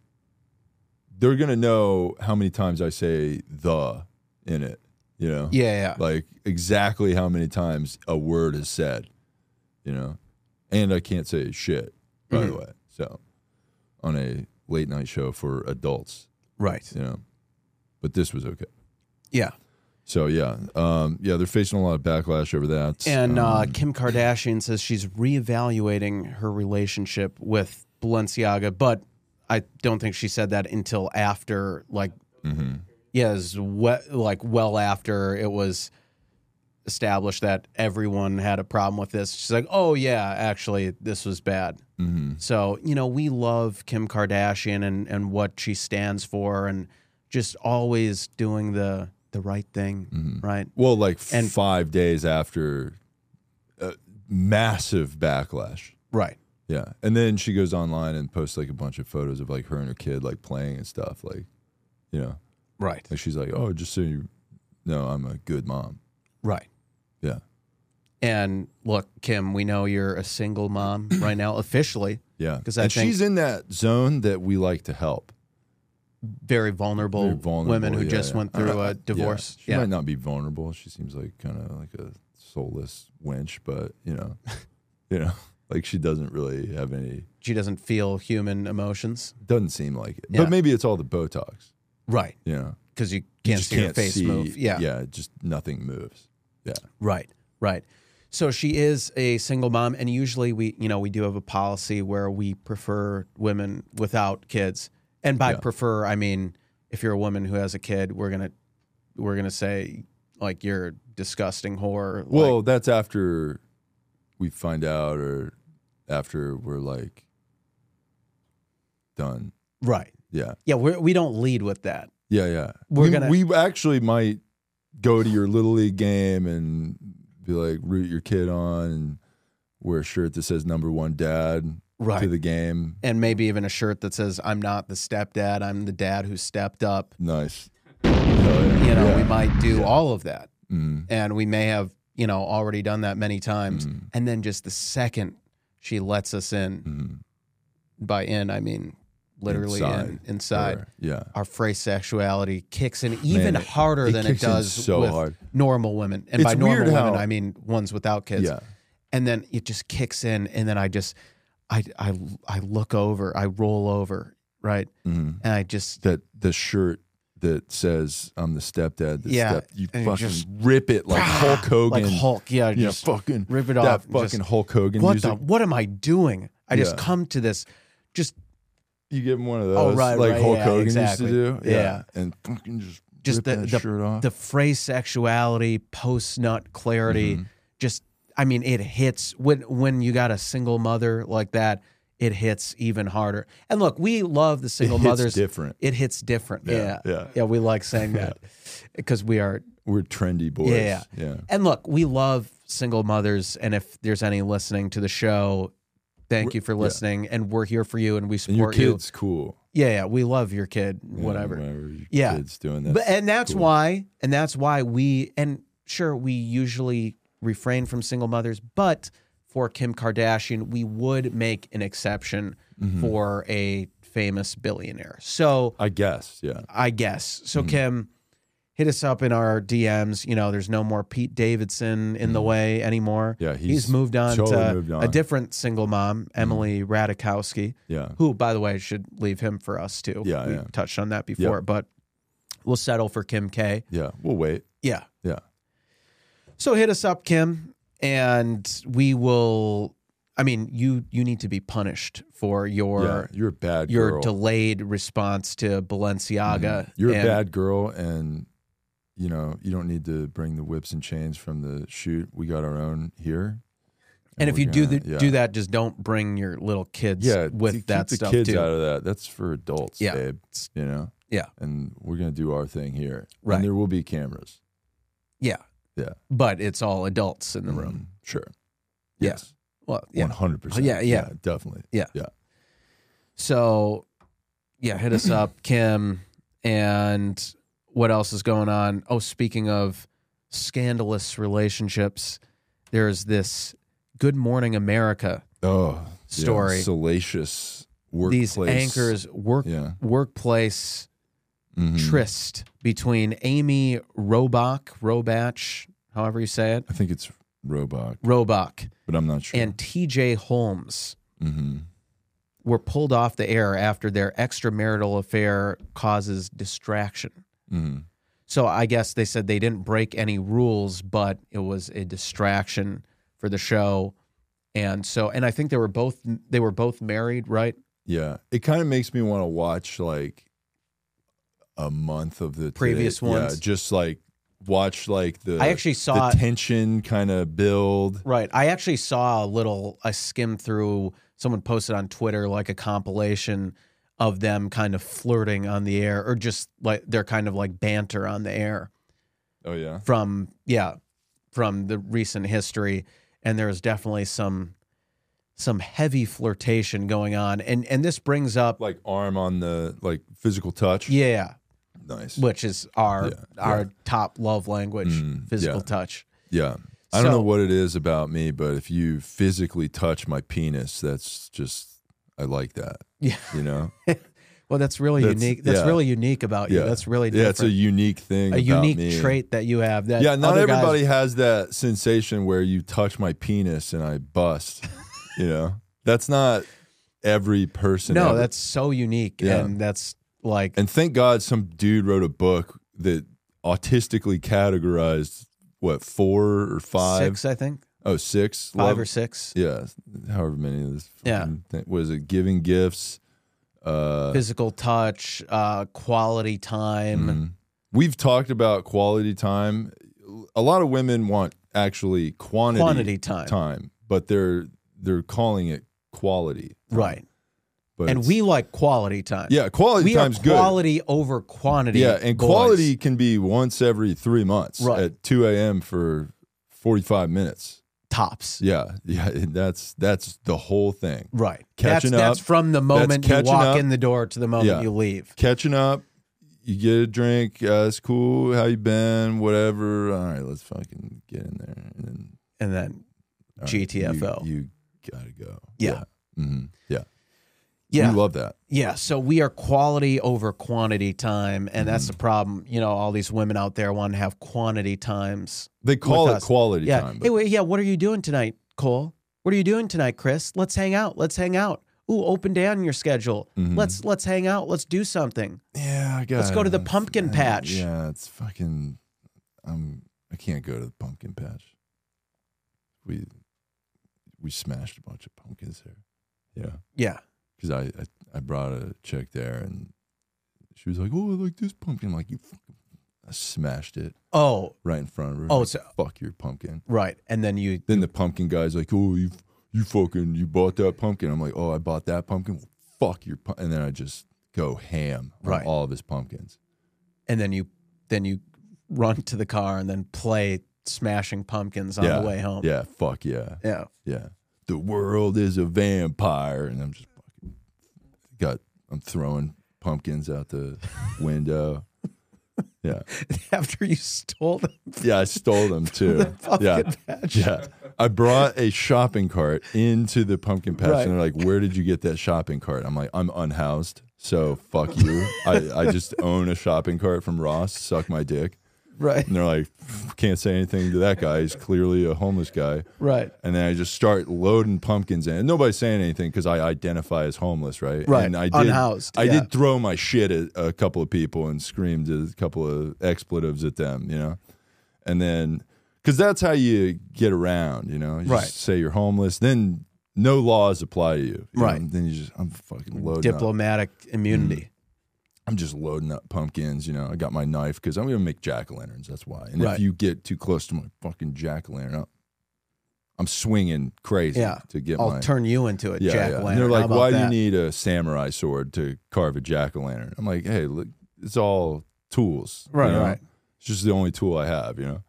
C: they're gonna know how many times I say the in it. You know?
B: yeah, yeah.
C: Like exactly how many times a word is said. You know? And I can't say shit, by
B: Mm-hmm.
C: the way. So on a late night show for adults,
B: right.
C: you know. But this was okay.
B: Yeah.
C: So yeah. Um, yeah, they're facing a lot of backlash over that.
B: And
C: Um,
B: uh, Kim Kardashian says she's reevaluating her relationship with Balenciaga, but I don't think she said that until Mm-hmm. after, like, yes, we- like well after it was established that everyone had a problem with this. She's like, "Oh yeah, actually, this was bad."
C: hmm
B: So, you know, we love Kim Kardashian and, and what she stands for and just always doing the the right thing, right?
C: Well, like
B: And-
C: five days after a massive backlash.
B: Right.
C: Yeah. And then she goes online and posts like a bunch of photos of like her and her kid like playing and stuff. Like, you know,
B: Right.
C: like she's like, oh, just so you know, I'm a good mom.
B: Right.
C: Yeah.
B: And look, Kim, we know you're a single mom right now officially,
C: Yeah.
B: 'Cause I
C: and
B: think-
C: she's in that zone that we like to help.
B: very vulnerable,
C: Very vulnerable,
B: women who
C: yeah,
B: just
C: yeah. Uh,
B: went through
C: Yeah.
B: a divorce.
C: She
B: Yeah.
C: might not be vulnerable. She seems like kind of like a soulless wench, but you know, you know, like she doesn't really have any.
B: She doesn't feel human emotions.
C: Doesn't seem like it.
B: Yeah.
C: But maybe it's all the Botox.
B: Right.
C: You know,
B: Because you
C: You
B: can't
C: just
B: see her face
C: see-
B: move.
C: yeah, just nothing moves. Yeah,
B: Right, right. So she is a single mom, and usually we, you know, we do have a policy where we prefer women without kids. And by
C: Yeah.
B: prefer, I mean if you're a woman who has a kid, we're gonna we're gonna say like you're a disgusting whore. like-
C: Well, that's after we find out, or after we're like done.
B: right?
C: Yeah,
B: Yeah, we we don't lead with that.
C: yeah, yeah.
B: We're
C: we,
B: gonna-
C: We actually might go to your little league game and be like root your kid on and wear a shirt that says number one dad to
B: Right.
C: the game.
B: and maybe even a shirt that says "I'm not the stepdad. I'm the dad who stepped up."
C: Nice.
B: You know,
C: Yeah.
B: we might do all of that.
C: Mm,
B: and we may have you know already done that many times
C: Mhm.
B: and then just the second she lets us in
C: mm,
B: by in i mean literally
C: Inside.
B: in, inside
C: Or- yeah.
B: our phrase sexuality kicks in even
C: it-
B: harder
C: it
B: than it
C: kicks in
B: does
C: so
B: with
C: hard.
B: normal women and
C: It's
B: by normal
C: weird
B: women
C: how-
B: i mean ones without kids
C: Yeah.
B: and then it just kicks in and then i just i i, I look over i roll over right
C: Mhm.
B: and i just
C: That the shirt that says I'm the stepdad. The
B: Yeah,
C: Step, you
B: and you
C: fucking
B: just-
C: rip it like Hulk Hogan.
B: ah, like hulk yeah
C: You know,
B: just
C: fucking
B: rip it
C: that
B: off and
C: fucking
B: just-
C: Hulk Hogan
B: what
C: music.
B: the what am i doing i just
C: Yeah.
B: come to this just
C: you give him one of those,
B: Oh, right,
C: like
B: right,
C: Hulk
B: yeah,
C: Hogan
B: exactly.
C: used to do.
B: Yeah.
C: and fucking just
B: Just
C: rip
B: the-
C: that
B: the-
C: shirt off.
B: the phrase sexuality, post nut clarity,
C: Mm-hmm.
B: just I mean, it hits when when you got a single mother like that, it hits even harder. And look, we love the single
C: It hits
B: mothers.
C: different.
B: It hits different. Yeah.
C: Yeah,
B: Yeah.
C: yeah.
B: we like saying that. Because we are
C: We're trendy boys.
B: Yeah.
C: yeah.
B: and look, we love single mothers. And if there's any listening to the show, thank you for listening. And we're here for you and we
C: And your
B: support you.
C: kid's cool.
B: Yeah, yeah. We love your kid, whatever.
C: Yeah, whatever your
B: Yeah.
C: kid's doing that.
B: but and that's why and that's why we and sure we usually refrain from single mothers but for kim kardashian we would make an exception
C: Mm-hmm.
B: for a famous billionaire so
C: I guess, yeah.
B: i guess so
C: Hmm.
B: kim hit us up in our dms you know there's no more pete davidson in the way anymore
C: Hmm. Yeah,
B: he's,
C: he's
B: moved on
C: totally
B: to
C: moved
B: a
C: on. Hmm.
B: different single mom emily radikowski
C: Yeah.
B: who, by the way, should leave him for us too.
C: Yeah,
B: we
C: yeah.
B: touched on that before, but we'll settle for Kim K.
C: Yeah. We'll wait.
B: Yeah.
C: Yeah.
B: So hit us up, Kim, and we will. I mean, you you need to be punished for
C: yeah.
B: your
C: You're a bad
B: your
C: girl. Mm-hmm.
B: delayed response to Balenciaga.
C: You're
B: and-
C: a bad girl and you know, you don't need to bring the whips and chains from the shoot. We got our own here.
B: And if
C: we're
B: you do
C: gonna-
B: the,
C: yeah.
B: do that, just don't bring your little kids
C: yeah,
B: with
C: keep
B: that
C: the
B: stuff
C: kids
B: too.
C: out of that. That's for adults,
B: Yeah.
C: babe. You know,
B: Yeah.
C: and we're gonna do our thing here.
B: Right.
C: and there will be cameras.
B: yeah,
C: Yeah,
B: but it's all adults in the room.
C: Mm, sure.
B: Mm-hmm. Yeah.
C: Yes,
B: Well, yeah.
C: one hundred percent.
B: Yeah, yeah.
C: definitely.
B: So, yeah, hit us up, Kim. And what else is going on? Oh, speaking of scandalous relationships, there's this Good Morning America.
C: Oh, yeah,
B: Story.
C: salacious workplace.
B: These anchors work
C: Yeah.
B: workplace
C: Mhm.
B: tryst between Amy Robach, Robach, however you say it,
C: I think it's Roebuck,
B: Robach,
C: but I'm not sure.
B: and T.J. Holmes.
C: Mhm.
B: Were pulled off the air after their extramarital affair causes distraction.
C: Mhm.
B: So I guess they said they didn't break any rules, but it was a distraction for the show. And so, and I think they were both they were both married, right?
C: Yeah, it kind of makes me want to watch like a month of the today-
B: Previous
C: yeah,
B: ones?
C: just like watch like the
B: I actually saw-
C: the tension kind of build.
B: Right. I actually saw a little, I skimmed through, someone posted on Twitter like a compilation of them kind of flirting on the air or just like they're kind of like banter on the air
C: Oh yeah,
B: from, yeah, from the recent history. And there was definitely some, some heavy flirtation going on. And, and this brings up,
C: like arm on the like physical touch.
B: yeah,
C: nice.
B: which is our,
C: Yeah,
B: our
C: yeah.
B: top love language,
C: Mm,
B: physical
C: yeah.
B: touch.
C: yeah, I don't
B: So-
C: know what it is about me, but if you physically touch my penis, that's just I like that.
B: Yeah.
C: You know,
B: Well, that's really
C: That's-
B: unique. That's
C: yeah.
B: really unique about you.
C: Yeah.
B: That's really
C: yeah,
B: different.
C: it's a unique thing.
B: a
C: about
B: unique
C: me.
B: trait that you have. That
C: Yeah, not
B: other
C: everybody
B: Guys,
C: has that sensation where you touch my penis and I bust. you know, that's not every person.
B: no,
C: ever-
B: that's so unique,
C: Yeah.
B: and that's like
C: and thank God some dude wrote a book that autistically categorized what four or five
B: six, I think,
C: oh, six
B: five
C: love-
B: or six.
C: yeah, however many of this.
B: Yeah.
C: fucking thing- what is it? Giving gifts. Uh,
B: Physical touch, uh, quality time.
C: Mm. We've talked about quality time. A lot of women want actually quantity,
B: Quantity time.
C: but they're they're calling it quality. time.
B: right?
C: But
B: And
C: it's-
B: we like quality time.
C: yeah, quality
B: we
C: time's
B: are
C: good.
B: quality over quantity.
C: yeah, and
B: boys.
C: quality can be once every three months
B: Right.
C: at two a.m. for forty-five minutes.
B: tops.
C: Yeah, yeah, and that's that's the whole thing.
B: Right.
C: Catching
B: that's, that's
C: up.
B: from the moment you
C: catching
B: walk
C: up.
B: in the door to the moment
C: Yeah.
B: you leave.
C: Catching up, you get a drink. Uh, it's cool. How you been? Whatever. All right, let's fucking get in there and then
B: And then
C: All right,
B: GTFO.
C: You, you gotta go.
B: Yeah.
C: Yeah. Mhm. yeah.
B: yeah,
C: We love that.
B: Yeah, so we are quality over quantity time, and
C: Mm-hmm.
B: that's the problem. You know, all these women out there want to have quantity times.
C: They call
B: with
C: it
B: us.
C: quality
B: Yeah.
C: time.
B: hey,
C: But
B: wait, yeah. What are you doing tonight, Cole? What are you doing tonight, Chris? Let's hang out. Let's hang out. Ooh, open day on your schedule.
C: Mhm.
B: Let's let's hang out. Let's do something.
C: yeah, I got
B: Let's go to the pumpkin patch.
C: Yeah, it's fucking. I'm. I can't go to the pumpkin patch. We we smashed a bunch of pumpkins there. Yeah,
B: Yeah.
C: because I, I I brought a chick there and she was like, "Oh, I like this pumpkin." I'm like you, fucking, I smashed it
B: Oh,
C: right in front of her.
B: Oh,
C: Like,
B: so-
C: fuck your pumpkin.
B: right. And then you.
C: Then the pumpkin guy's like, "Oh, you, you fucking, you bought that pumpkin." I'm like, "Oh, I bought that pumpkin. Well, fuck your." Pu-. And then I just go ham on
B: Right.
C: all of his pumpkins.
B: And then you. Then you run to the car and then play smashing pumpkins on
C: yeah.
B: the way home.
C: Yeah. Fuck yeah.
B: Yeah.
C: Yeah. The world is a vampire, and I'm just fucking got. I'm throwing pumpkins out the window. Yeah.
B: After you stole them.
C: Yeah. I stole them too. yeah. Yeah. I brought a shopping cart into the pumpkin patch
B: Right.
C: and they're like, Where did you get that shopping cart? I'm like, I'm unhoused, so fuck you. I, I just own a shopping cart from Ross, suck my dick.
B: Right.
C: And they're like, Can't say anything to that guy. He's clearly a homeless guy.
B: Right.
C: And then I just start loading pumpkins in. And nobody's saying anything because I identify as homeless, right?
B: Right.
C: And I did,
B: Unhoused,
C: I
B: yeah.
C: did throw my shit at a couple of people and screamed a couple of expletives at them, you know? And then, because that's how you get around, you know? You
B: Right.
C: Just say you're homeless. Then no laws apply to you. you
B: Right.
C: know? Then you just, I'm fucking loading up.
B: Diplomatic immunity.
C: Mm. I'm just loading up pumpkins, you know? I got my knife because I'm going to make jack o' lanterns. That's why. And
B: Right.
C: if you get too close to my fucking jack o' lantern, I'm- I'm swinging crazy
B: Yeah.
C: to get
B: I'll
C: my
B: turn you into a
C: yeah,
B: jack
C: yeah.
B: lantern.
C: And they're
B: How
C: like,
B: about
C: why
B: that?
C: do you need a samurai sword to carve a jack o' lantern? I'm like, hey, look, it's all tools. you
B: Right,
C: know?
B: right.
C: It's just the only tool I have, you know?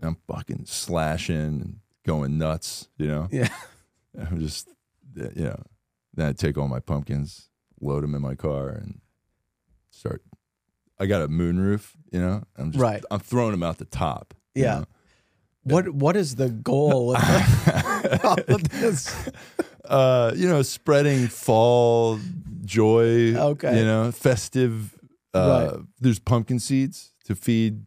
C: And I'm fucking slashing and going nuts, you know?
B: Yeah.
C: And I'm just, you know, then I take all my pumpkins, load them in my car, and start. I got a moonroof, you know? I'm just,
B: Right.
C: I'm throwing them out the top. you
B: Yeah.
C: know?
B: What What is the goal of all of this?
C: uh, you know, spreading fall joy.
B: Okay.
C: You know, festive. Uh, There's pumpkin seeds to feed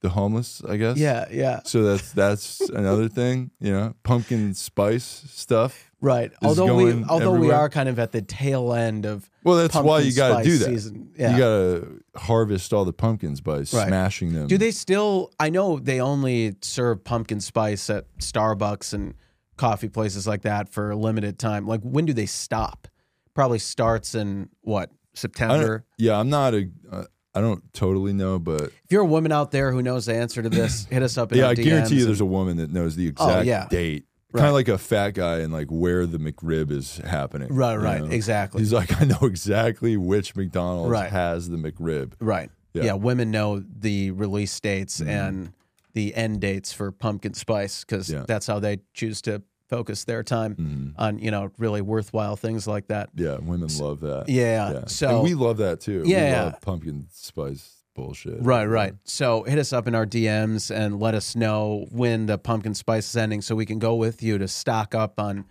C: the homeless, I guess.
B: Yeah, yeah,
C: So that's that's another thing, you know, pumpkin spice stuff.
B: right.
C: This is
B: Although we
C: going
B: although we
C: everywhere.
B: are kind of at the tail end of
C: Well, that's why
B: pumpkin
C: you got
B: spice
C: to do that.
B: Season. Yeah.
C: You got to harvest all the pumpkins by smashing them.
B: do they still? I know they only serve pumpkin spice at Starbucks and coffee places like that for a limited time. Like, when do they stop? Probably starts in what
C: I don't,
B: September.
C: yeah, I'm not a. Uh, I don't totally know, but
B: If you're a woman out there who knows the answer to this, hit us up. In
C: yeah,
B: our
C: I guarantee
B: DMs.
C: you there's a woman that knows the exact
B: Oh, yeah.
C: date.
B: Right.
C: Kind of like a fat guy and like where the McRib is happening.
B: Right,
C: you
B: right,
C: know?
B: exactly.
C: He's like, I know exactly which McDonald's
B: Right.
C: has the McRib.
B: Right. Yeah.
C: Yeah. Mm-hmm.
B: women know the release dates and the end dates for pumpkin spice because
C: Yeah. Mm.
B: that's how they choose to focus their time on you know really worthwhile things like that.
C: Mm-hmm. Yeah, women love that.
B: yeah,
C: And
B: so-
C: we love that too.
B: Yeah.
C: we love pumpkin spice bullshit.
B: Right, right. So hit us up in our DMs and let us know when the pumpkin spice is ending so we can go with you to stock up on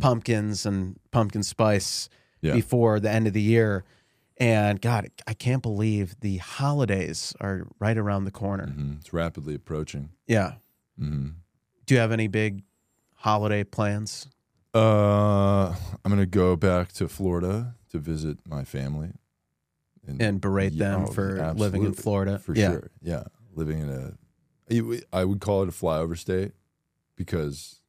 B: pumpkins and pumpkin spice
C: Hmm. Yeah.
B: before the end of the year. And God, I can't believe the holidays are right around the corner.
C: Mhm. It's rapidly approaching.
B: Yeah.
C: hmm
B: Do you have any big holiday plans?
C: Uh, I'm gonna go back to Florida to visit my family,
B: And berate them
C: oh,
B: for living in
C: absolutely,
B: Florida.
C: for
B: Yeah.
C: sure. Yeah, living in a, it w- I would call it a flyover state, because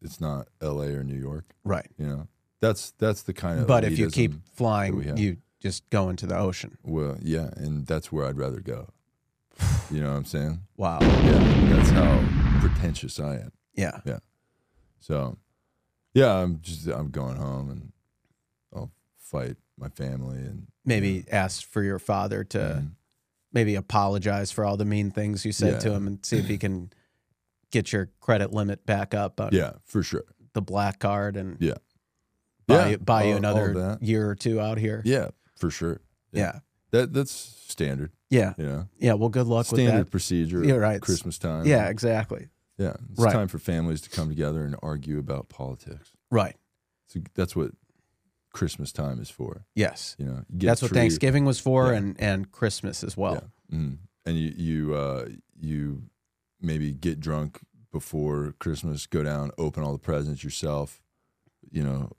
C: it's not L.A. or New York.
B: Right.
C: You know, that's that's the kind of.
B: But if you
C: elitism-
B: keep
C: that we
B: flying,
C: have.
B: you just go into the ocean.
C: well, yeah, and that's where I'd rather go. You know what I'm saying?
B: Wow.
C: Yeah, that's how pretentious I am.
B: Yeah.
C: So, yeah, I'm just I'm going home and I'll fight my family and
B: Maybe ask for your father to
C: Mhm.
B: maybe apologize for all the mean things you said to
C: Yeah.
B: him and see if he can get your credit limit back up on
C: yeah, for sure.
B: the black card and
C: Yeah.
B: buy,
C: Yeah,
B: you, buy
C: all-
B: you
C: all
B: another
C: that.
B: year or two out here.
C: Yeah, for sure.
B: Yeah.
C: That that's standard.
B: Yeah.
C: You know,
B: Yeah. Well, good luck
C: standard
B: with
C: procedure.
B: Yeah,
C: at
B: right.
C: Christmas time.
B: that. Yeah, exactly.
C: yeah. It's
B: Right.
C: time for families to come together and argue about politics.
B: Right.
C: So that's what Christmas time is for.
B: Yes.
C: You know, you get
B: That's
C: a
B: what
C: tree,
B: Thanksgiving was for
C: Yeah.
B: and, and Christmas as well.
C: Yeah. Mhm. And you you uh, you maybe get drunk before Christmas, go down, open all the presents yourself. You know,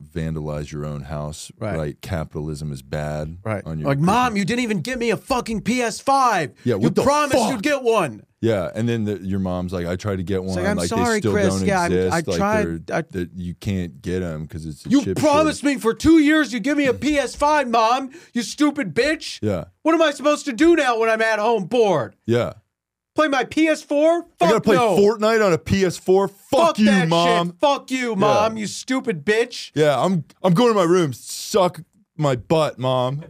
C: vandalize your own house.
B: Right.
C: Capitalism is bad.
B: Right.
C: On your
B: like, mom,
C: Christmas-
B: you didn't even give me a fucking PS5.
C: Yeah,
B: you
C: what the
B: promised
C: fuck?"
B: you'd get one.
C: Yeah, and then the, your mom's like, I tried to get one.
B: like, "I'm
C: they
B: sorry,
C: still
B: Chris.
C: Don't
B: Yeah, I'm-
C: exist.
B: I
C: like,
B: tried-
C: they're-
B: I-
C: that you can't get them because it's a
B: You
C: chip
B: promised me for two years you'd give me a PS5, mom, you stupid bitch.
C: shortage.
B: What am I supposed to do now when I'm at home bored?
C: Yeah, yeah.
B: Play my PS4? Fuck
C: I gotta play
B: no.
C: Fortnite on a PS4. Fuck,
B: Fuck
C: you,
B: that
C: mom.
B: Shit. Fuck you, mom, you stupid bitch.
C: Yeah, I'm I'm going to my room. Suck my butt, mom.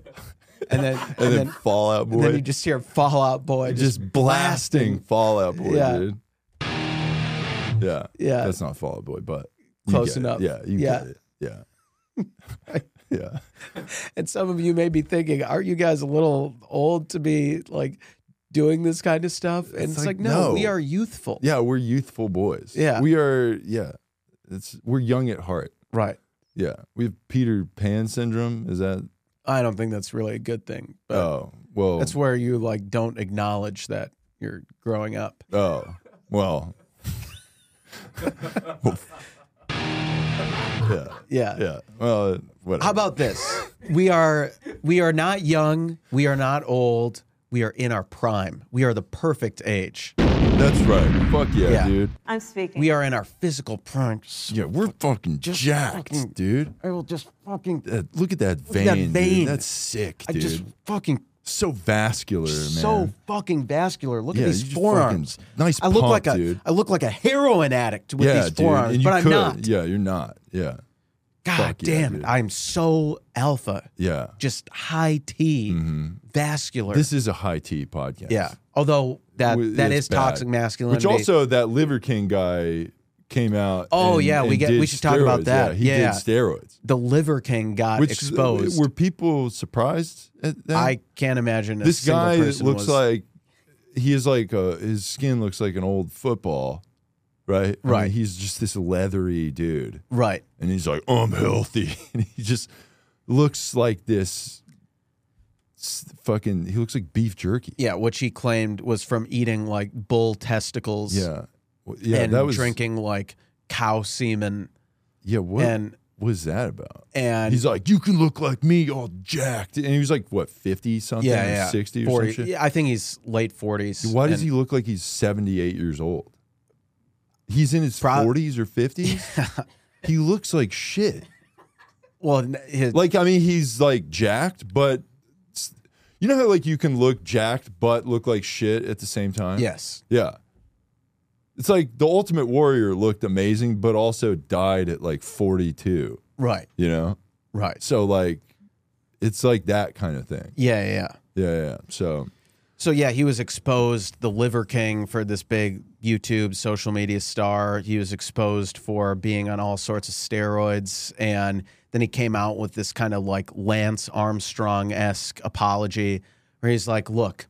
B: And then,
C: And, then, Fallout Boy.
B: and then you just hear Fallout Boy
C: just, blasting Fallout Boy,
B: Yeah.
C: dude. Yeah.
B: Yeah.
C: That's not Fallout Boy, but you
B: Close
C: get it.
B: enough.
C: Yeah, you
B: Yeah.
C: get it. Yeah. yeah.
B: And some of you may be thinking, aren't you guys a little old to be like doing this kind of stuff? And it's,
C: It's like,
B: like, no,
C: no.
B: we are youthful.
C: Yeah, we're youthful boys.
B: Yeah.
C: We are yeah. It's we're young at heart.
B: Right.
C: Yeah. We have Peter Pan syndrome. Is that
B: I don't think that's really a good thing. But
C: oh well
B: Uh, that's where you like don't acknowledge that you're growing up.
C: Oh, well. yeah,
B: Yeah.
C: yeah. Well, whatever.
B: How about this? We are we are not young, we are not old, we are in our prime. We are the perfect age.
C: That's right. Fuck yeah,
B: Yeah.
C: dude.
D: I'm speaking.
B: We are in our physical prime.
C: Yeah, we're fucking jacked, dude.
B: I will just fucking
C: Uh, look at that
B: at
C: vein.
B: that
C: dude.
B: vein.
C: That's sick,
B: I
C: dude.
B: just fucking
C: so vascular, man.
B: so fucking vascular. Look
C: Yeah,
B: at these
C: you just
B: forearms.
C: fucking- nice
B: I look
C: pump,
B: like a I
C: dude.
B: look like a heroin addict with
C: yeah,
B: these
C: dude.
B: forearms,
C: and you
B: but I'm
C: could.
B: not.
C: Yeah, you're not. Yeah,
B: God
C: Fuck yeah,
B: damn it.
C: dude.
B: I'm so alpha.
C: yeah.
B: Just high T, vascular.
C: Mm-hmm. This is a high T podcast.
B: yeah. Although that
C: Wh-
B: that
C: it's
B: is
C: bad.
B: toxic masculinity.
C: Which also that Liver King guy came out.
B: Oh,
C: and-
B: yeah, we
C: and
B: get-
C: did
B: we should talk about
C: steroids.
B: that.
C: Yeah, he
B: Yeah.
C: did steroids.
B: the liver king got
C: Which uh,
B: exposed.
C: Were people surprised at that?
B: I can't imagine a
C: this
B: single
C: guy
B: person
C: looks
B: was-
C: like he is like a, his skin looks like an old football, right? I mean,
B: Right.
C: he's just this leathery dude,
B: right.
C: and he's like, I'm healthy, and he just looks like this s- fucking. He looks like beef jerky.
B: Yeah, which he claimed was from eating like bull testicles
C: Yeah, Well, yeah.
B: and
C: that was
B: drinking like cow semen
C: Yeah, what
B: and
C: was that about?
B: and
C: He's like, you can look like me, all jacked, and he was like, what, fifty something,
B: yeah,
C: or
B: yeah,
C: sixty, or
B: 40
C: some shit.
B: Yeah, I think he's late forties.
C: Why does he look like he's 78 years old? He's in his
B: Prob-
C: 40s or 50s. He looks like shit.
B: Well, n- his,
C: Like, I mean, he's like jacked, but s- You know how like you can look jacked but look like shit at the same time?
B: Yes.
C: Yeah. It's like the Ultimate Warrior looked amazing, but also died at like 42,
B: Right.
C: you know?
B: Right.
C: So, like, it's like that kind of thing.
B: Yeah. Yeah. yeah.
C: Yeah, yeah. yeah. So,
B: So yeah, he was exposed the liver king for this big YouTube social media star. He was exposed for being on all sorts of steroids and then he came out with this kind of like Lance Armstrong-esque apology where he's like, "Look,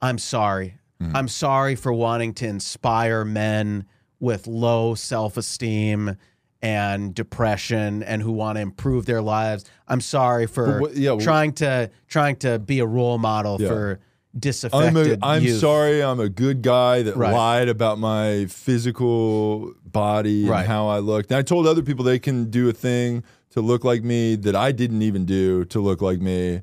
B: I'm sorry.
C: Mm-hmm.
B: I'm sorry for wanting to inspire men with low self-esteem and depression and who want to improve their lives. I'm sorry for
C: But what- yeah, well-
B: trying to trying to be a role model
C: Yeah.
B: for
C: I'm, a,
B: disaffected
C: I'm
B: youth.
C: sorry, I'm a good guy that
B: Right.
C: lied about my physical body
B: Right.
C: and how I looked. And I told other people they can do a thing to look like me that I didn't even do to look like me.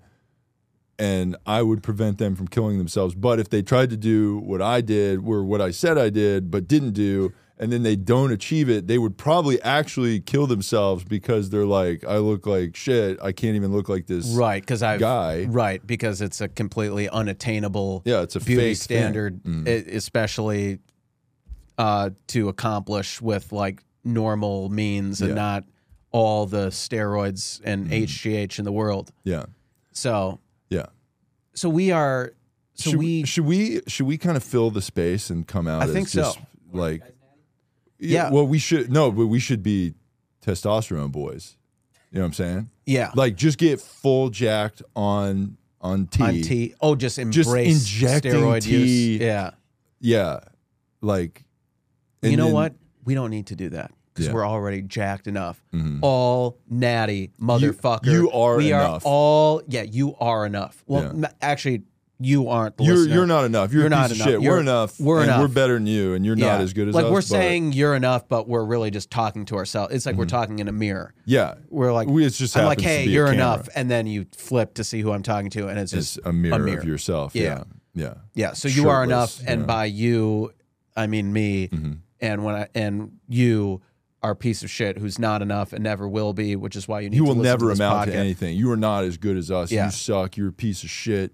C: And I would prevent them from killing themselves. But if they tried to do what I did, or what I said I did, but didn't do, and then they don't achieve it, they would probably actually kill themselves because they're like, I look like shit. I can't even look like this.
B: Right, because I
C: guy.
B: Right, because it's a completely unattainable
C: Yeah, it's a
B: beauty
C: fake thing. Mm-hmm.
B: standard, e- especially uh, to accomplish with like normal means and
C: Yeah. Mm-hmm.
B: not all the steroids and HGH in the world.
C: Yeah.
B: So,
C: Yeah.
B: so we are. So
C: should
B: we,
C: should we should we kind of fill the space and come out?
B: I
C: as
B: think so.
C: just, Like,
B: Yeah.
C: Well, we should no, but we should be testosterone boys. You know what I'm saying?
B: yeah,
C: Like, just get full jacked on on tea.
B: on T. Oh, just embrace
C: injecting
B: steroid
C: tea.
B: use. Yeah,
C: Yeah. Like,
B: you
C: and
B: know
C: then-
B: what? We don't need to do that because
C: Yeah.
B: we're already jacked enough. All natty motherfucker.
C: Mm-hmm. you are
B: we
C: enough.
B: Are all yeah, you are enough. Well,
C: Yeah.
B: n- actually, you aren't. The
C: You're
B: listener.
C: you're not enough. You're,
B: You're
C: a piece
B: not
C: of
B: enough.
C: shit.
B: You're-
C: we're enough.
B: we're
C: and
B: enough.
C: We're better than you, and you're
B: Yeah.
C: not as good as
B: like
C: us.
B: we're
C: but-
B: saying you're enough, but we're really just talking to ourselves. It's like we're talking in a mirror.
C: Yeah.
B: We're like,
C: Mm-hmm. We- it's just
B: I'm like,
C: happens to
B: hey,
C: be a
B: you're
C: camera.
B: enough, and then you flip to see who I'm talking to, and it's just
C: It's a mirror,
B: mirror.
C: of yourself.
B: Yeah.
C: Yeah. Yeah.
B: Yeah, so you are enough,
C: Shirtless,
B: and
C: yeah. Mm-hmm.
B: by you, I mean me, and when I and you are a piece of shit who's not enough and never will be, which is why you need.
C: you
B: to
C: will
B: listen
C: never
B: to this
C: amount
B: podcast.
C: to anything. You are not as good as us.
B: Yeah.
C: You suck. You're a piece of shit.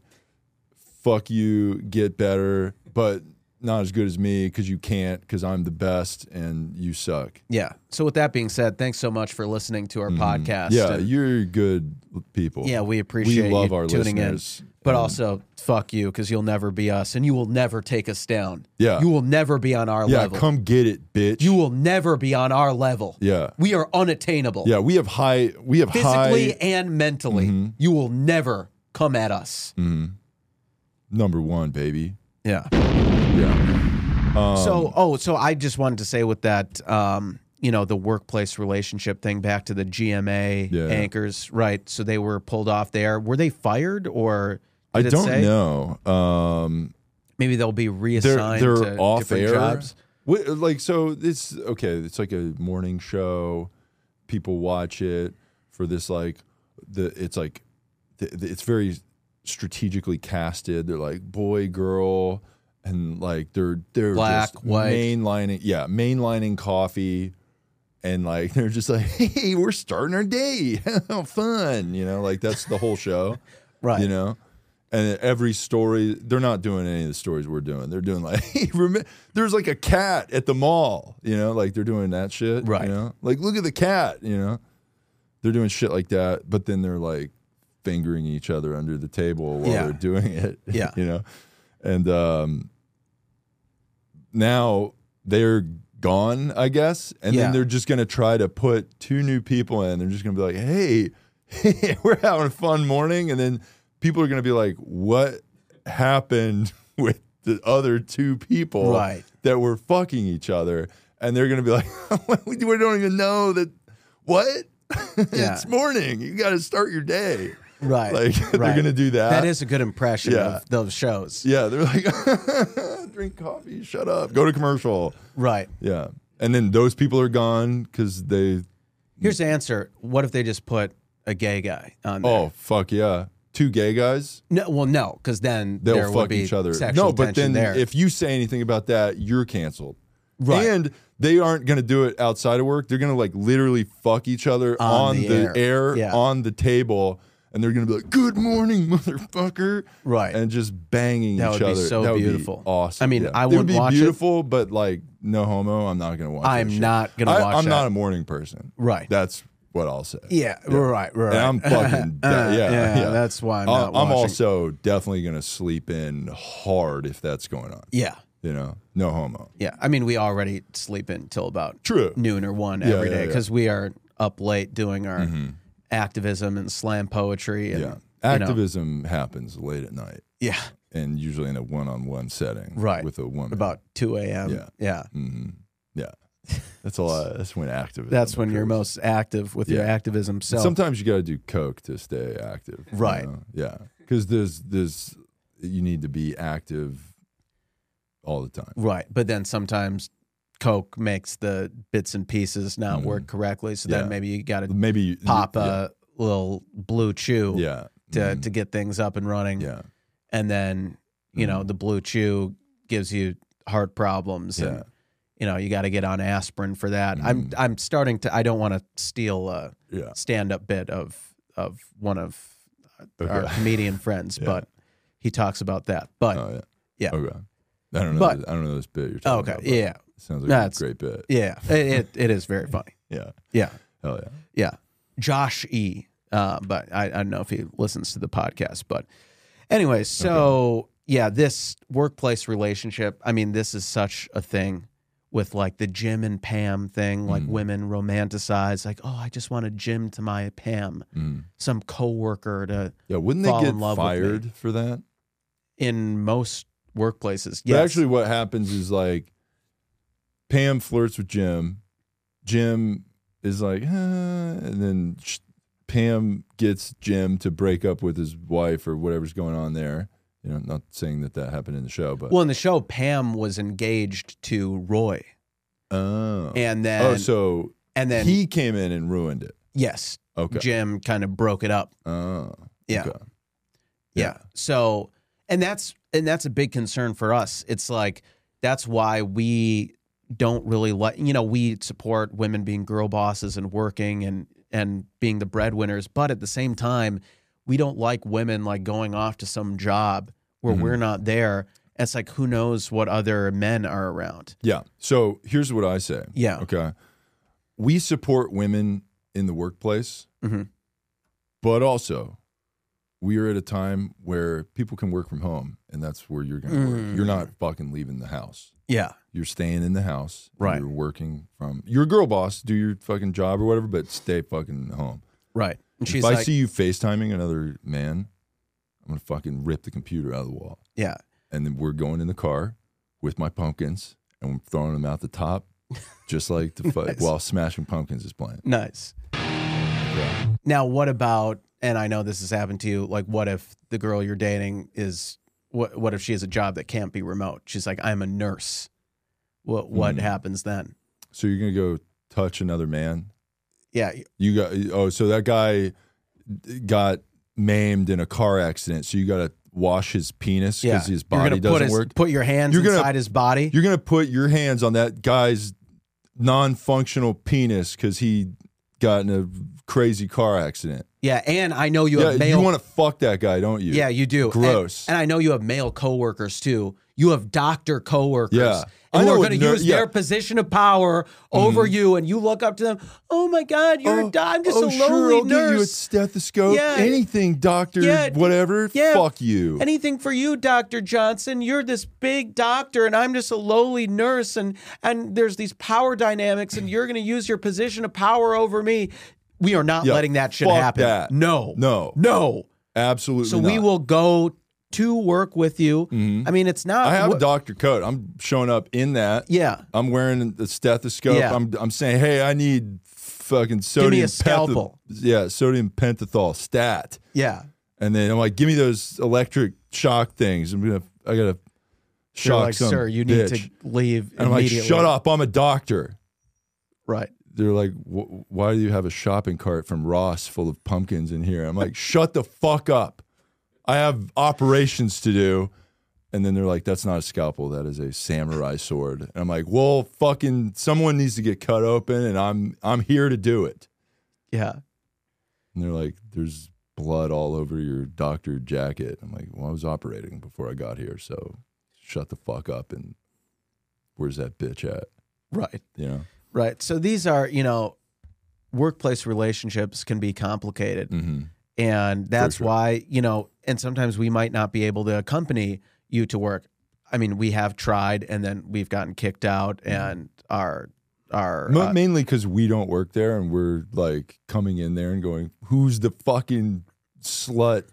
C: Fuck you. Get better, but not as good as me because you can't because I'm the best and you suck.
B: Yeah. So with that being said, thanks so much for listening to our podcast.
C: Mm-hmm. Yeah,
B: and-
C: you're good people.
B: yeah, we appreciate
C: we love
B: you
C: our
B: tuning
C: listeners. um,
B: in, but also fuck you because you'll never be us, and you will never take us down.
C: Yeah.
B: you will never be on our
C: Yeah,
B: level.
C: come get it, bitch.
B: you will never be on our level.
C: Yeah.
B: we are unattainable.
C: Yeah, we have high. We have
B: physically
C: high Mm-hmm.
B: and mentally, you will never come at us.
C: number one, baby.
B: Yeah.
C: Yeah. Um,
B: so oh so i just wanted to say with that um you know the workplace relationship thing back to the gma
C: Yeah.
B: anchors right so they were pulled off there were they fired or
C: I
B: did it
C: don't
B: say?
C: know. Um,
B: maybe they'll be
C: they're
B: reassigned
C: they're
B: to
C: off
B: different
C: air.
B: jobs
C: What, like so, it's okay. It's like a morning show. People watch it for this like the. It's like the, the- it's very strategically casted. They're like boy, girl, and like they're they're
B: Black,
C: just
B: white.
C: mainlining. Yeah, mainlining coffee. And like they're just like, hey, we're starting our day, fun, you know. Like that's the whole show.
B: right
C: You know, and every story they're not doing any of the stories we're doing. They're doing like remem- there's like a cat at the mall. You know, like they're doing that shit.
B: Right.
C: You know, like look at the cat. You know, they're doing shit like that. But then they're like fingering each other under the table while
B: Yeah.
C: they're doing it.
B: Yeah.
C: you know, and um, now they're gone, I guess. And
B: Yeah.
C: then they're just going to try to put two new people in. They're just going to be like, hey, we're having a fun morning. And then people are going to be like, what happened with the other two people
B: Right.
C: that were fucking each other? And they're going to be like, we don't even know that. What?
B: Yeah.
C: it's morning. You got to start your day.
B: right
C: Like, they're
B: right.
C: going to do that.
B: that is a good impression
C: Yeah.
B: of those shows
C: Yeah. They're like, drink coffee, shut up, go to commercial.
B: right
C: Yeah. And then those people are gone because they,
B: here's the answer what if they just put a gay guy on there?
C: oh, fuck yeah. Two gay guys,
B: no well no because then
C: they'll
B: there would
C: fuck
B: be
C: each other.
B: sexual
C: No, but
B: tension
C: then
B: there.
C: if you say anything about that, you're canceled.
B: Right.
C: And they aren't going to do it outside of work. They're going to like literally fuck each other
B: On
C: on,
B: the
C: the,
B: air.
C: air,
B: Yeah.
C: on the table. and they're gonna be like, "Good morning, motherfucker,"
B: Right.
C: and just banging
B: That
C: each
B: would be
C: other.
B: so
C: that would
B: beautiful.
C: be awesome.
B: I mean,
C: Yeah.
B: I
C: It
B: wouldn't
C: would be
B: watch it.
C: beautiful, but like, no homo, I'm not gonna watch. that
B: I'm
C: shit.
B: not gonna
C: I-
B: watch
C: I'm
B: that.
C: not a morning person.
B: Right.
C: That's what I'll say.
B: Yeah, right, right.
C: And I'm fucking de-
B: Uh,
C: yeah,
B: yeah,
C: yeah,
B: that's why I'm not watching.
C: also definitely gonna sleep in hard if that's going on.
B: yeah,
C: You know, no homo.
B: yeah. I mean, we already sleep until about
C: True.
B: noon or one
C: Yeah,
B: every
C: yeah,
B: day
C: yeah.
B: because we are up late doing our activism and slam poetry. And,
C: Yeah.
B: you know,
C: Activism happens late at night
B: yeah,
C: and usually in a one-on-one setting,
B: Right.
C: With a woman.
B: about two a.m.
C: Yeah. Mm,
B: yeah.
C: yeah. That's a lot. That's when activism.
B: That's when you're
C: occurs.
B: most active with your
C: Yeah.
B: activism self.
C: Sometimes you got to do coke to stay active, you
B: Right.
C: know? Yeah, because there's there's you need to be active all the time.
B: Right. But then sometimes Coke makes the bits and pieces not work correctly. So
C: Mm-hmm. Yeah.
B: then maybe you got to
C: Maybe you,
B: pop a little blue chew
C: Yeah. yeah.
B: to,
C: Mhm.
B: to get things up and running.
C: yeah.
B: And then, you know,
C: Mm.
B: the blue chew gives you heart problems.
C: Yeah. Mm.
B: And, you know, you got to get on aspirin for that. I'm I'm starting to. I don't want to steal a
C: Yeah.
B: stand-up bit of of one of our
C: Okay.
B: comedian friends, but he talks about that. But
C: Oh yeah.
B: Yeah.
C: Okay. I don't know.
B: But-
C: this- I don't know this bit you're
B: oh,
C: talking
B: okay,
C: about. but
B: yeah,
C: It sounds
B: No,
C: like
B: it's-
C: a great bit.
B: yeah, it, it it is very funny.
C: Yeah.
B: Yeah.
C: Hell yeah.
B: Yeah. Josh E. Uh, but I, I don't know if he listens to the podcast. But anyway, so yeah, this workplace relationship, I mean, this is such a thing with like the Jim and Pam thing.
C: Mm.
B: Like women romanticize, like, oh, I just want a Jim to my Pam,
C: Mm.
B: some coworker to,
C: Yeah. Wouldn't they
B: Fall
C: get
B: in love with me.
C: fired for that?
B: in most workplaces.
C: But
B: Yes.
C: actually, what happens is like Pam flirts with Jim. Jim is like, "Huh," and then sh- Pam gets Jim to break up with his wife or whatever's going on there. You know, not saying that that happened in the show, but
B: well, in the show, Pam was engaged to Roy.
C: oh,
B: And then,
C: oh, so
B: and then,
C: he came in and ruined it.
B: yes,
C: Okay,
B: Jim kind of broke it up.
C: oh,
B: Yeah.
C: okay.
B: Yeah.
C: Yeah.
B: So, and that's and that's a big concern for us. It's like that's why we don't really like you know we support women being girl bosses and working and and being the breadwinners, but at the same time, we don't like women like going off to some job where
C: Mm-hmm.
B: we're not there. It's like who knows what other men are around.
C: Yeah. So here's what I say.
B: Yeah.
C: Okay. We support women in the workplace,
B: Mhm.
C: but also we are at a time where people can work from home, and that's where you're going to
B: Mm.
C: work. You're not fucking leaving the house.
B: Yeah.
C: You're staying in the house. and
B: Right.
C: You're working from. You're a girl boss. Do your fucking job or whatever, but stay fucking home.
B: Right. And she's
C: if I
B: like,
C: see you FaceTiming another man, I'm gonna fucking rip the computer out of the wall
B: yeah.
C: and then we're going in the car with my pumpkins and I'm throwing them out the top, just like the fu- while Smashing Pumpkins is playing.
B: Nice. Now, what about? And I know this has happened to you. Like, what if the girl you're dating is what? What if she has a job that can't be remote? She's like, I'm a nurse. What What
C: Mm.
B: happens then?
C: So you're gonna go touch another man?
B: Yeah,
C: You got oh, so that guy got maimed in a car accident. So you gotta wash his penis
B: yeah.
C: because his
B: you're
C: body
B: gonna put
C: doesn't
B: his,
C: work.
B: Put your hands
C: You're gonna-
B: inside his body.
C: You're gonna put your hands on that guy's non-functional penis because he got in a crazy car accident.
B: Yeah, and I know you
C: yeah,
B: have male.
C: you want to fuck that guy, don't you?
B: yeah, you do.
C: Gross.
B: And, and I know you have male coworkers too. You have doctor coworkers.
C: Yeah. I
B: And who
C: know
B: are
C: what
B: going to
C: ner-
B: use
C: yeah. Mm-hmm.
B: their position of power over you, and you look up to them. Oh my God, you're a
C: Oh,
B: do- I'm just
C: oh,
B: a lonely
C: sure, I'll
B: nurse.
C: Get you a stethoscope,
B: Yeah.
C: anything, doctor,
B: Yeah,
C: whatever.
B: yeah.
C: Fuck you.
B: anything for you, Dr. Johnson. You're this big doctor and I'm just a lowly nurse and and there's these power dynamics and you're going to use your position of power over me. We are not
C: Yeah,
B: letting that shit
C: fuck
B: happen.
C: that.
B: No.
C: No.
B: No.
C: Absolutely.
B: So we
C: not. Mm-hmm.
B: will go to work with you. I mean, it's not
C: I have a
B: wh-
C: doctor coat. I'm showing up in that.
B: Yeah.
C: I'm wearing the stethoscope.
B: Yeah.
C: I'm I'm saying, hey, I need fucking sodium.
B: me a
C: penta-
B: scalpel.
C: yeah, sodium pentothal stat.
B: Yeah.
C: And then I'm like, give me those electric shock things. I'm gonna I gotta
B: You're
C: shock
B: like,
C: some
B: sir, you need
C: bitch."
B: to leave
C: And I'm like,
B: immediately.
C: shut up. I'm a doctor.
B: Right.
C: they're like, "Wh- "Why do you have a shopping cart from Ross full of pumpkins in here?" I'm like, "Shut the fuck up! I have operations to do." And then they're like, "That's not a scalpel. That is a samurai sword." And I'm like, "Well, fucking someone needs to get cut open, and I'm I'm here to do it."
B: Yeah.
C: And they're like, "There's blood all over your doctor jacket. I'm like, well, I was operating before I got here, so shut the fuck up and where's that bitch at?
B: Right.
C: You know?
B: Right. So these are, you know, workplace relationships can be complicated.
C: Mm-hmm.
B: And that's
C: sure.
B: why, you know, and sometimes we might not be able to accompany you to work. I mean, we have tried and then we've gotten kicked out and our our
C: Mm. Mo-
B: uh,
C: mainly because we don't work there and we're like coming in there and going, who's the fucking slut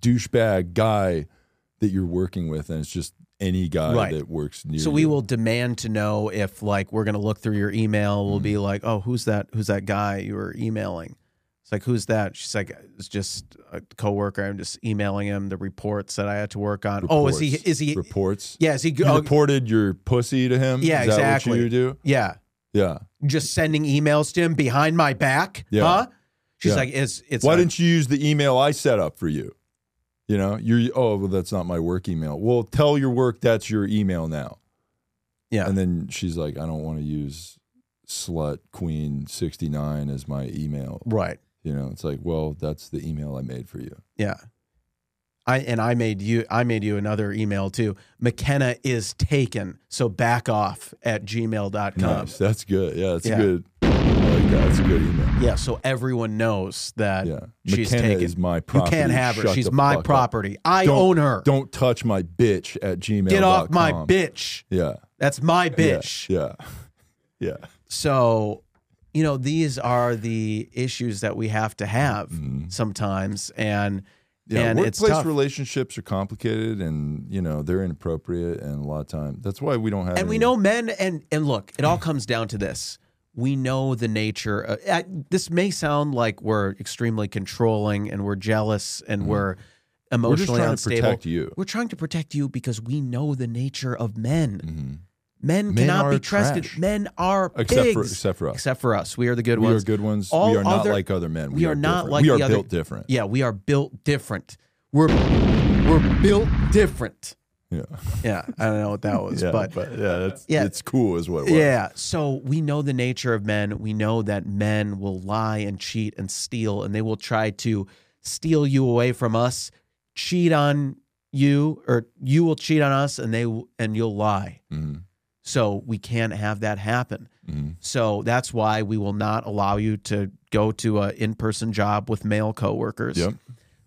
C: douchebag guy that you're working with? And it's just any guy
B: Right.
C: that works near.
B: so we
C: you.
B: will demand to know if like we're going to look through your email we'll
C: Mm-hmm.
B: be like oh who's that who's that guy you were emailing it's like who's that she's like it's just a coworker i'm just emailing him the reports that i had to work on oh is he
C: Reports.
B: is he
C: reports?
B: yeah is he
C: You
B: oh,
C: reported your pussy to him.
B: Yeah,
C: Is that What
B: exactly.
C: you do?
B: yeah
C: Yeah.
B: just sending emails to him behind my back
C: Yeah.
B: huh she's
C: Yeah.
B: like it's it's
C: Why
B: a-
C: didn't you use the email I set up for you? You know, you're oh well, that's not my work email. Well, tell your work that's your email now.
B: Yeah.
C: And then she's like, I don't want to use slut queen sixty nine as my email.
B: right
C: You know, it's like, well, that's the email I made for you.
B: yeah I, and I made you I made you another email too. McKenna is taken, so back off at gmail.com.
C: Nice. That's good. Yeah, that's
B: Yeah.
C: good. I like that. That's a good email.
B: Yeah, so everyone knows that
C: Yeah.
B: she's
C: McKenna
B: taken.
C: is my
B: you
C: property.
B: can't have her.
C: Shut
B: She's
C: the
B: my
C: fuck up.
B: property. I
C: Don't-
B: own her.
C: Don't touch my bitch at gmail.
B: Get off my bitch.
C: Yeah.
B: That's my
C: Yeah.
B: bitch.
C: Yeah. Yeah.
B: So, you know, these are the issues that we have to have
C: Mhm.
B: sometimes and
C: Yeah,
B: and it's
C: workplace
B: tough.
C: relationships are complicated, and you know they're inappropriate, and a lot of time that's why we don't have.
B: and we
C: any-
B: know men and and look it all comes down to this we know the nature of, I, this may sound like we're extremely controlling and we're jealous and we're
C: Mm-hmm. we're just
B: emotionally
C: trying
B: unstable
C: to protect you.
B: we're trying to protect you because we know the nature of men
C: Mhm.
B: men,
C: Men
B: cannot
C: are
B: be trusted
C: trash.
B: men are
C: Except for
B: pigs.
C: except for us,
B: Except for us we are the good
C: we
B: ones
C: are good ones.
B: All
C: we are not
B: other-
C: like other men.
B: we are not
C: different.
B: like
C: we are
B: the other-
C: built different.
B: yeah we are built different we're we're built different
C: Yeah,
B: yeah i don't know what that was
C: yeah,
B: but
C: yeah, that's
B: Yeah.
C: it's cool, is what. It was.
B: Yeah. So we know the nature of men. We know that men will lie and cheat and steal, and they will try to steal you away from us, cheat on you, or you will cheat on us, and they w- and you'll lie.
C: Mhm.
B: So we can't have that happen.
C: Mhm.
B: So that's why we will not allow you to go to a in-person job with male coworkers.
C: Yep.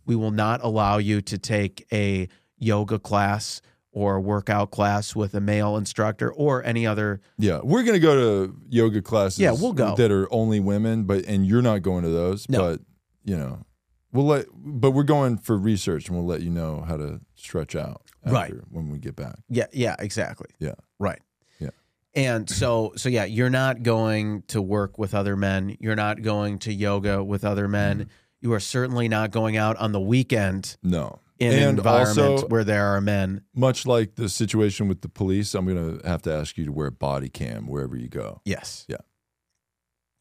B: We will not allow you to take a yoga class or a workout class with a male instructor or any other
C: yeah. We're gonna go to yoga classes.
B: Yeah, we'll go.
C: that are only women, but and you're not going to those.
B: No.
C: But you know, we'll let. But we're going for research, and we'll let you know how to stretch out.
B: Right.
C: after- when we get back.
B: Yeah, yeah, exactly.
C: Yeah.
B: Right.
C: Yeah.
B: And so so yeah, you're not going to work with other men. You're not going to yoga with other
C: Mm-hmm.
B: men. You are certainly not going out on the weekend
C: No.
B: in an
C: And
B: environment
C: also-
B: where there are men.
C: Much like the situation with the police, I'm going to have to ask you to wear a body cam wherever you go.
B: Yes.
C: Yeah.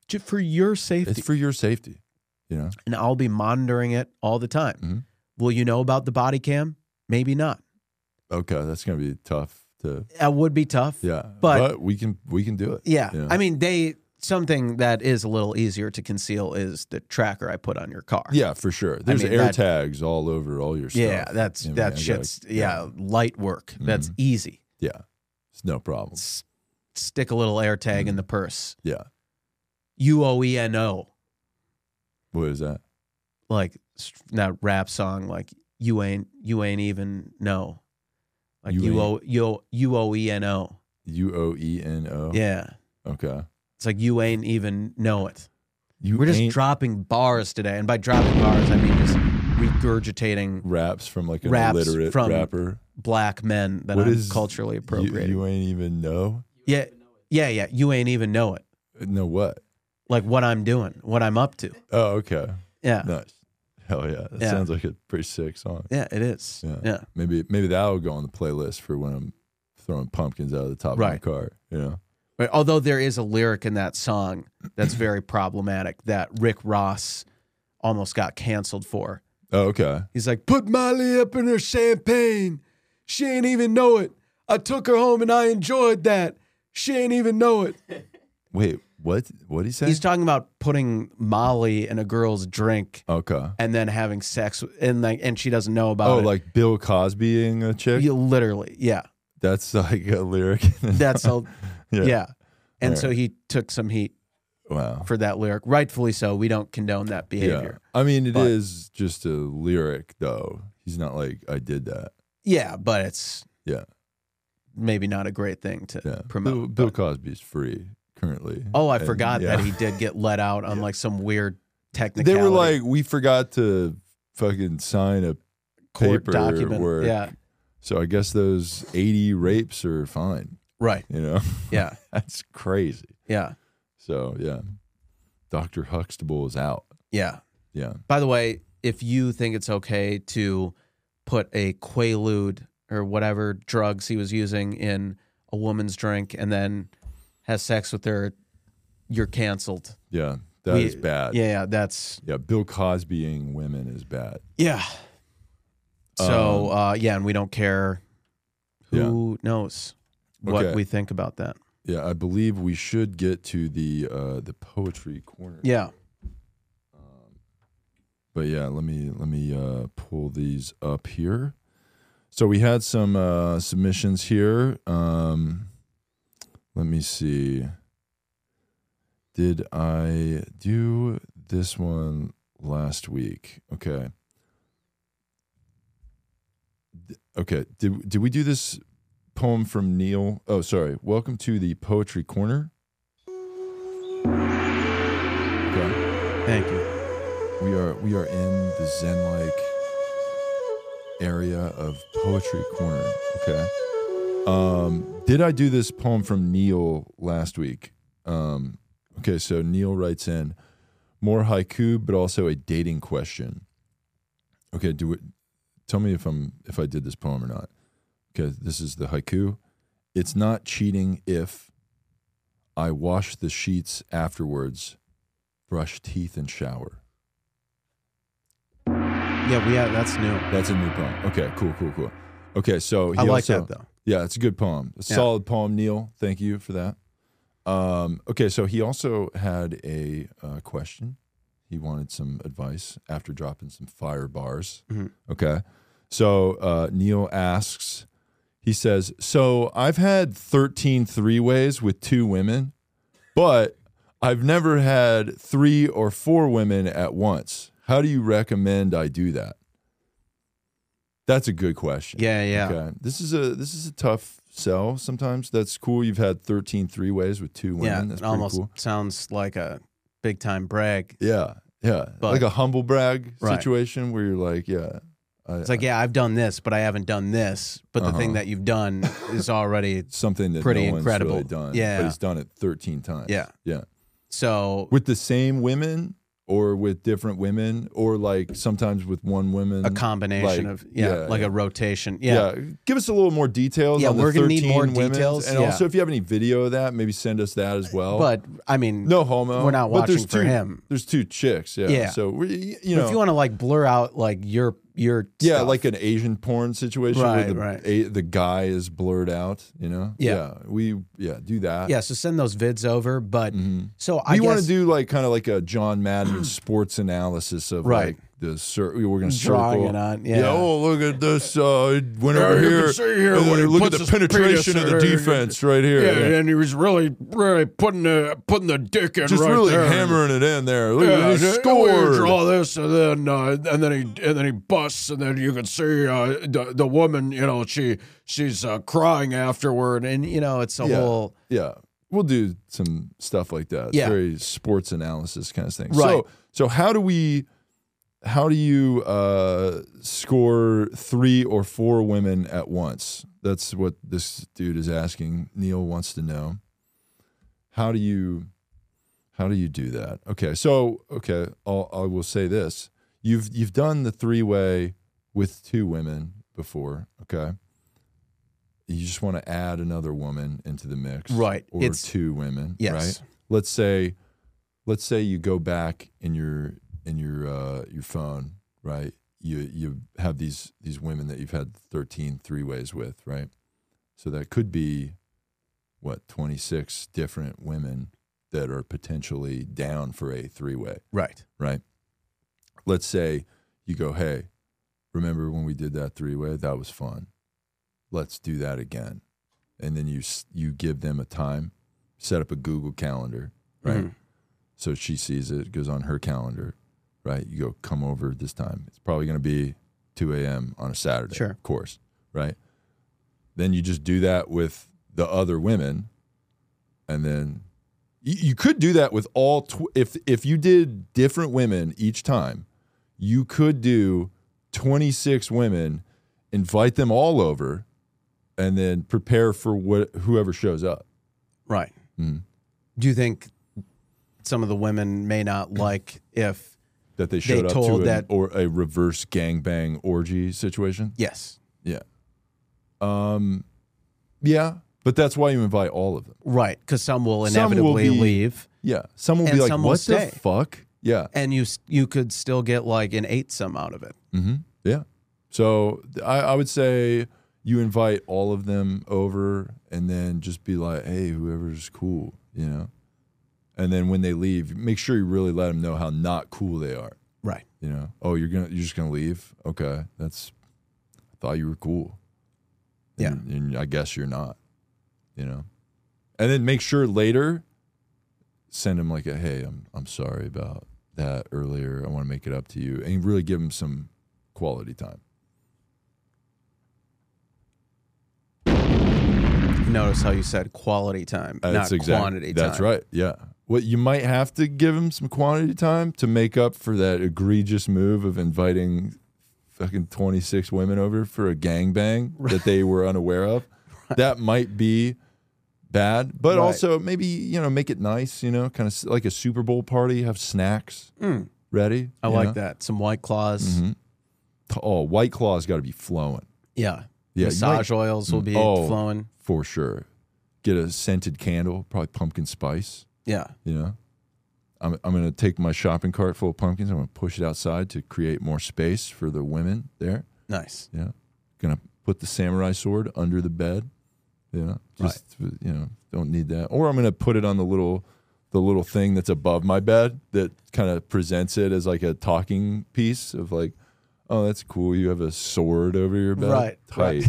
B: Ju- For your
C: It's
B: safety.
C: for your safety, you know?
B: and I'll be monitoring it all the time.
C: Mhm.
B: Will you know about the body cam? Maybe not.
C: Okay, that's going to be tough to
B: That would be tough.
C: Yeah.
B: But-
C: we can we can do it.
B: Yeah.
C: Yeah.
B: I mean, they something that is a little easier to conceal is the tracker I put on your car.
C: Yeah, for sure. There's
B: mean,
C: air
B: that-
C: tags all over all your stuff.
B: Yeah, that's
C: I mean, I
B: that
C: gotta-
B: shit's yeah, light work.
C: Mm-hmm.
B: That's easy.
C: Yeah. It's no problem.
B: S- stick a little air tag
C: Mm-hmm.
B: in the purse.
C: Yeah.
B: U O E N O,
C: What is that?
B: like s- that rap song, like you ain't you ain't even know, like
C: You
B: U O U O- U O E N O.
C: U O E N O.
B: Yeah,
C: Okay.
B: it's like you ain't even know it.
C: You
B: We're just
C: ain't
B: dropping bars today, and by dropping bars, I mean just regurgitating
C: raps from like an
B: Raps
C: illiterate
B: from-
C: rapper.
B: black men that
C: What
B: I'm
C: is-
B: culturally
C: You,
B: appropriating.
C: you ain't even know.
B: yeah, yeah, yeah. You ain't even know it.
C: Know what?
B: like what I'm doing, what I'm up to.
C: Oh, okay.
B: Yeah.
C: Nice. Hell yeah. That
B: Yeah.
C: sounds like a pretty sick song.
B: Yeah, it is.
C: Yeah.
B: Yeah.
C: Maybe maybe that'll go on the playlist for when I'm throwing pumpkins out of the top of my
B: Right.
C: car. You know?
B: But although there is a lyric in that song that's very problematic that Rick Ross almost got canceled for.
C: Oh, okay.
B: He's like, "Put Molly up in her champagne. She ain't even know it. I took her home and I enjoyed that. She ain't even know it."
C: Wait, What? What he say?
B: He's talking about putting Molly in a girl's drink
C: okay.
B: and then having sex and like and she doesn't know about
C: Oh,
B: it.
C: like Bill Cosbying a chick.
B: You literally, yeah.
C: That's like a lyric.
B: That's all
C: Yeah.
B: yeah. And so he took some heat
C: wow.
B: for that lyric. Rightfully so. We don't condone that
C: Yeah.
B: behavior.
C: I mean, it is
B: But-
C: just a lyric though. He's not like I did that.
B: Yeah, but it's
C: Yeah.
B: maybe not a great thing to
C: Yeah. Bill,
B: promote.
C: Bill Cosby's free currently.
B: oh, I
C: And,
B: forgot
C: yeah.
B: that he did get let out on like some weird
C: They
B: technicality.
C: were like, we forgot to fucking sign a
B: court
C: paper
B: document.
C: work.
B: Yeah.
C: So I guess those 80 rapes are fine,
B: Right.
C: you know?
B: Yeah.
C: That's crazy.
B: Yeah.
C: So, yeah. Dr. Huxtable is out.
B: Yeah.
C: Yeah.
B: By the way, if you think it's okay to put a Quaalude or whatever drugs he was using in a woman's drink and then has sex with her, you're canceled.
C: Yeah. that is
B: We-
C: bad.
B: Yeah, yeah, that's
C: Yeah, Bill Cosbying women is bad.
B: yeah. So
C: Um,
B: uh, yeah, and we don't care. Who knows what
C: Okay.
B: we think about that?
C: Yeah, I believe we should get to the uh the poetry corner.
B: Yeah,
C: But yeah, let me let me uh pull these up here. So we had some uh submissions here. Um let me see. Did I do this one last week? Okay. D- Okay, did did we do this poem from Neil? Oh, sorry. Welcome to the Poetry Corner. Okay.
B: thank you.
C: We are we are in the zen-like area of poetry corner. Okay. Um, did I do this poem from Neil last week? Um, okay, so Neil writes in more haiku, but also a dating question. Okay, do it. Tell me if I'm if I did this poem or not. Okay, this is the haiku. It's not cheating if I wash the sheets afterwards, brush teeth, and shower.
B: Yeah, we have that's new.
C: That's a new poem. Okay, cool, cool, cool. Okay, so he
B: I like
C: also,
B: that though.
C: Yeah, it's a good poem. A
B: Yeah.
C: solid poem, Neil. Thank you for that. Um, okay, so he also had a uh, question. He wanted some advice after dropping some fire bars.
B: Mhm.
C: Okay, so uh, Neil asks. He says, "So I've had 13 three-ways with two women, but I've never had three or four women at once. How do you recommend I do that?" That's a good question.
B: Yeah, yeah,
C: Okay. This is a this is a tough sell sometimes. That's cool. You've had 13 three ways with two
B: yeah.
C: women. That's
B: it
C: pretty
B: almost
C: cool.
B: sounds like a big time brag.
C: Yeah. Yeah.
B: But-
C: like a humble brag
B: Right.
C: situation where you're like, yeah. I,
B: It's like, yeah, I've done this, but I haven't done this. But the
C: Uh-huh.
B: thing that you've done is already
C: something that
B: pretty
C: no one's
B: incredible.
C: really done.
B: Yeah.
C: But he's done it 13 times.
B: Yeah.
C: Yeah.
B: so
C: With the same women or with different women or like sometimes with one woman.
B: a combination
C: like,
B: of yeah,
C: yeah,
B: like
C: yeah.
B: a rotation. Yeah.
C: yeah. give us a little more details.
B: Yeah,
C: on the
B: we're gonna need
C: 13
B: more
C: women's.
B: details,
C: And
B: yeah.
C: also, if you have any video of that, maybe send us that as well.
B: But I mean,
C: No homo.
B: We're not
C: But there's
B: watching for
C: two-
B: him.
C: There's two chicks. Yeah.
B: Yeah.
C: So we, you
B: but
C: know,
B: if you want to like blur out like your your
C: yeah,
B: stuff,
C: like uh, an Asian porn situation
B: Right,
C: where the,
B: right.
C: a, the guy is blurred out. You know.
B: Yeah.
C: we yeah do that.
B: yeah. So send those vids over. But so I
C: Mm-hmm. We want
B: want
C: to do like kind of like a John Madden sports analysis of
B: Right.
C: like the cir- we're going to
B: Drawing
C: circle
B: it on, yeah.
C: Oh, look at this uh, winner
D: Yeah, you can
C: here.
D: see here
C: And
D: when he
C: look at
D: puts
C: the
D: his penis
C: penetration of the
D: there.
C: defense right here.
D: Yeah,
C: Yeah.
D: and he was really, really putting the putting the dick in
C: Just
D: right
C: really
D: there.
C: hammering it in there. Look
D: Yeah,
C: at
D: and
C: he
D: then
B: oh,
C: scored.
D: we Draw this, and then uh, and then he and then he busts, and then you can see uh, the the woman. You know, she she's uh, crying afterward, and
B: and you know it's a
C: Yeah.
B: whole
C: Yeah. We'll do some stuff like that. It's
B: Yeah.
C: Very sports analysis kind of thing.
B: Right.
C: So so how do we how do you uh score three or four women at once? That's what this dude is asking. Neil wants to know. How do you how do you do that? Okay. So okay, I'll, I will say this. You've you've done the three way with two women before, okay? You just want to add another woman into the mix,
B: Right.
C: Or
B: It's-
C: two women,
B: Yes.
C: right? Let's say, let's say you go back in your in your uh, your phone, right? You you have these these women that you've had 13 three ways with, right? So that could be what 26 different women that are potentially down for a three way,
B: Right.
C: right? Let's say you go, hey, remember when we did that three way? That was fun. Let's do that again. And then you s- you give them a time, set up a Google calendar,
B: Mm-hmm.
C: right? So she sees it, it goes on her calendar, right? You go, come over this time. It's probably going to be 2 a.m. on a Saturday,
B: Sure.
C: of course, right? Then you just do that with the other women, and then you, you could do that with all. Tw- if if you did different women each time, you could do 26 women, invite them all over, and then prepare for what whoever shows up.
B: Right.
C: Mm-hmm.
B: Do you think some of the women may not like if
C: that they showed up
B: told
C: to
B: that-
C: an, or a reverse gangbang orgy situation.
B: yes,
C: Yeah. Um yeah, but that's why you invite all of them.
B: right? Because some will
C: Some will
B: inevitably
C: be-
B: leave,
C: Yeah. Some will
B: And
C: be like
B: some will
C: what
B: stay."
C: the fuck? Yeah.
B: and you s- you could still get like an eight some out of it.
C: Mhm. Yeah. So th- I, I would say you invite all of them over and then just be like, "Hey, whoever's cool," you know. And then when they leave, make sure you really let them know how not cool they are.
B: Right.
C: you know oh you're gonna you're just gonna leave okay that's i thought you were cool
B: Yeah.
C: and, and i guess you're not you know and then make sure later send him like a hey i'm i'm sorry about that earlier i want to make it up to you and really give him some quality time
B: Notice how you said quality time, not
C: Uh, exact-
B: quantity time.
C: that's right yeah what you might have to give him some quantity time to make up for that egregious move of inviting fucking 26 women over for a gangbang that they were unaware of that might be bad but
B: Right.
C: also maybe you know make it nice you know kind of like a super bowl party have snacks ready
B: Hmm. I
C: you
B: like
C: know?
B: that. Some white claws.
C: Mm-hmm. T- oh white claw's got to be flowing
B: Yeah.
C: Yeah, you
B: Massage oils will be
C: Oh.
B: flowing.
C: for sure get a scented candle probably pumpkin spice
B: Yeah.
C: You know, I'm I'm gonna take my shopping cart full of pumpkins. I'm gonna push it outside to create more space for the women there.
B: Nice.
C: You know, gonna put the samurai sword under the bed. You know, just you know, don't need that. Or I'm gonna put it on the little the little thing that's above my bed that kind of presents it as like a talking piece of like, oh, that's cool. You have a sword over your bed,
B: Right,
C: Tight.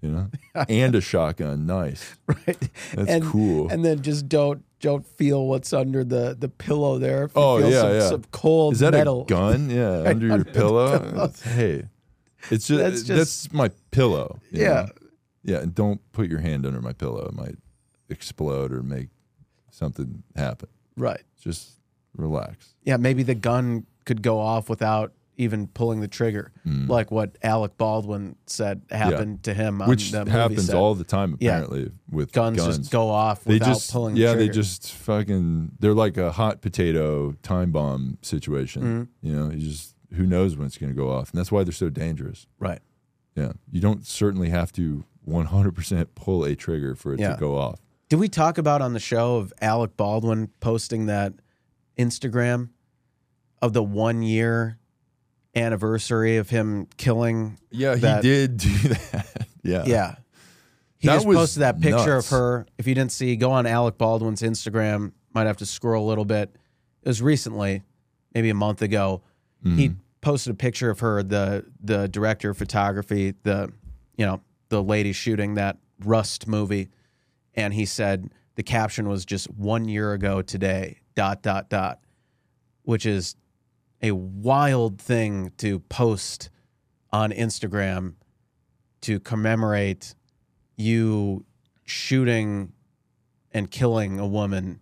C: You know, and a shotgun. Nice.
B: Right.
C: That's cool.
B: And then just don't don't feel what's under the the pillow there. If you
C: Oh,
B: feel
C: yeah,
B: some,
C: yeah.
B: some cold
C: Is that
B: metal.
C: a gun? Yeah, under your pillow. Hey, it's just
B: That's
C: that's,
B: just-
C: my pillow. you
B: Yeah.
C: know? yeah, and don't put your hand under my pillow. It might explode or make something happen.
B: Right.
C: Just relax.
B: Yeah, maybe the gun could go off without even pulling the trigger,
C: Hmm.
B: like what Alec Baldwin said happened to him. On
C: Which
B: the Um, movie
C: happens
B: set.
C: all the time
B: Yeah.
C: apparently with
B: guns,
C: guns.
B: just go off
C: they
B: without
C: just
B: pulling. The
C: yeah, they
B: trigger.
C: just fucking they're like a hot potato time bomb situation.
B: Mm-hmm.
C: You know, you just who knows when it's going to go off, and that's why they're so dangerous.
B: right.
C: Yeah. You don't certainly have to 100% pull a trigger for it
B: Yeah.
C: to go off.
B: Did we talk about on the show of Alec Baldwin posting that Instagram of the one year anniversary of him killing?
C: Yeah, he
B: That-
C: did do that. yeah.
B: Yeah. He
C: That
B: just
C: was
B: posted that picture
C: nuts.
B: of her. If you didn't see, go on Alec Baldwin's Instagram. Might have to scroll a little bit. It was recently, maybe a month ago.
C: Hmm.
B: He posted a picture of her, the the director of photography, the you know, the lady shooting that Rust movie. And he said the caption was just one year ago today, dot dot dot, which is a wild thing to post on Instagram to commemorate you shooting and killing a woman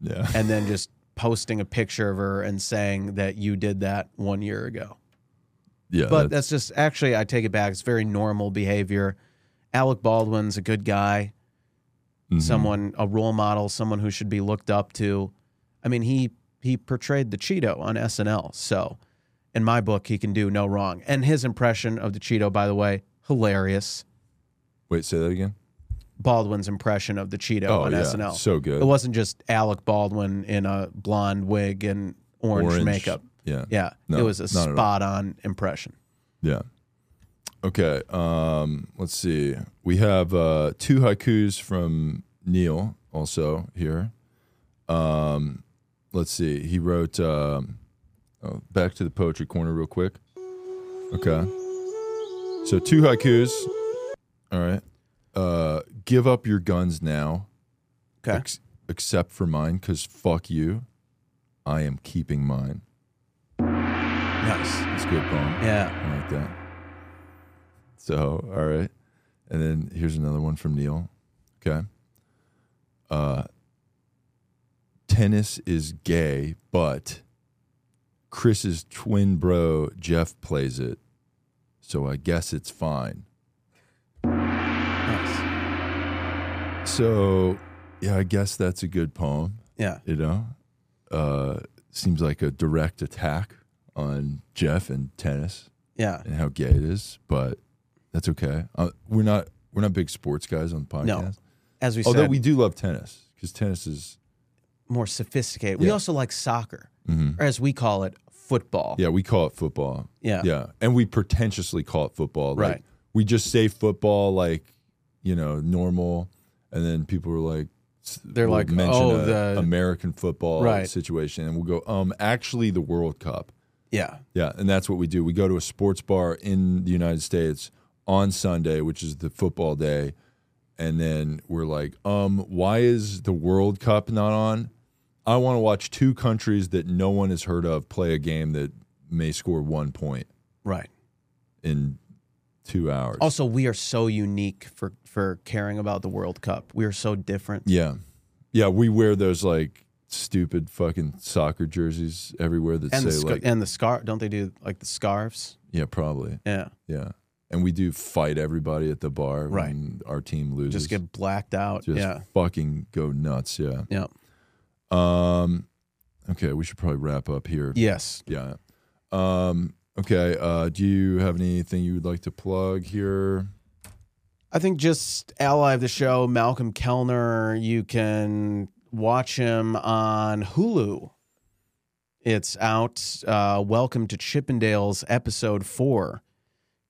C: Yeah.
B: and then just posting a picture of her and saying that you did that one year ago.
C: Yeah.
B: But
C: that-
B: that's just actually, I take it back. It's very normal behavior. Alec Baldwin's a good guy,
C: mhm.
B: someone, a role model, someone who should be looked up to. I mean, he he portrayed the Cheeto on SNL, so in my book, he can do no wrong. And his impression of the Cheeto, by the way, hilarious.
C: Wait, say that again?
B: Baldwin's impression of the Cheeto
C: Oh,
B: on
C: yeah.
B: SNL.
C: So good.
B: It wasn't just Alec Baldwin in a blonde wig and orange, makeup.
C: Yeah.
B: Yeah.
C: No,
B: it was a
C: not at all.
B: spot on impression.
C: Yeah. Okay. Um, let's see. We have uh, two haikus from Neil also here. Um, let's see. He wrote um, oh, back to the poetry corner real quick. Okay. So two haikus. All right. Uh, give up your guns now.
B: Okay.
C: Ex- except for mine, because fuck you. I am keeping mine.
B: Nice.
C: It's a good poem.
B: Yeah.
C: I like that. So, all right. And then here's another one from Neil. Okay. Uh tennis is gay, but Chris's twin bro Jeff plays it. So I guess it's fine.
B: Nice.
C: So, yeah, I guess that's a good poem,
B: Yeah.
C: you know? Uh seems like a direct attack on Jeff and tennis.
B: Yeah.
C: and how gay it is, but that's okay. Uh, we're not we're not big sports guys on the podcast.
B: No. As we
C: Although
B: said,
C: we do love tennis because tennis is
B: more sophisticated. We
C: Yeah.
B: also like soccer,
C: Mhm.
B: or as we call it, football.
C: yeah we call it football.
B: Yeah.
C: yeah, and we pretentiously call it football. Like,
B: Right.
C: We just say football like you know normal, and then people are like s-
B: They're
C: will
B: like,
C: mention
B: "Oh,
C: a
B: the-
C: American football
B: Right.
C: situation, and we'll go um actually the World Cup.
B: Yeah.
C: Yeah, and that's what we do. We go to a sports bar in the United States on Sunday, which is the football day, and then we're like, "Um, why is the World Cup not on? I want to watch two countries that no one has heard of play a game that may score one point
B: Right.
C: in 2 hours."
B: Also, we are so unique for for caring about the World Cup. We are so different.
C: yeah. Yeah, we wear those like stupid fucking soccer jerseys everywhere that
B: and the
C: say
B: scar-
C: like
B: and the scarf. Don't they do like the scarves?
C: yeah, probably.
B: Yeah.
C: Yeah. And we do fight everybody at the bar
B: Right.
C: when our team loses.
B: Just get blacked out.
C: just
B: yeah.
C: fucking go nuts. Yeah.
B: Yeah.
C: Um. Okay, we should probably wrap up here.
B: Yes.
C: Yeah. Um. Okay. Uh. Do you have anything you would like to plug here?
B: I think just ally of the show, Malcolm Kellner. You can watch him on Hulu. It's out. Uh, Welcome to Chippendales, episode four.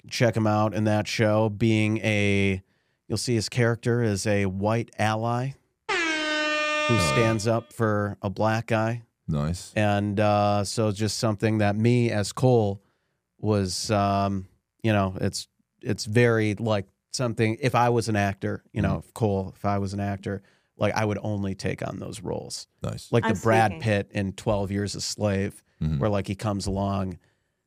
B: Check him out in that show. Being a, you'll see his character is a white ally who stands up for a black guy.
C: Nice.
B: And uh, so it's just something that me as Cole was, um, you know, it's it's very like something. If I was an actor, you know,
E: Mm-hmm.
B: if Cole, if I was an actor, like I would only take on those roles,
C: Nice.
B: like
E: I'm
B: the Brad
E: speaking.
B: Pitt in Twelve Years a Slave,
C: Mhm.
B: where like he comes along,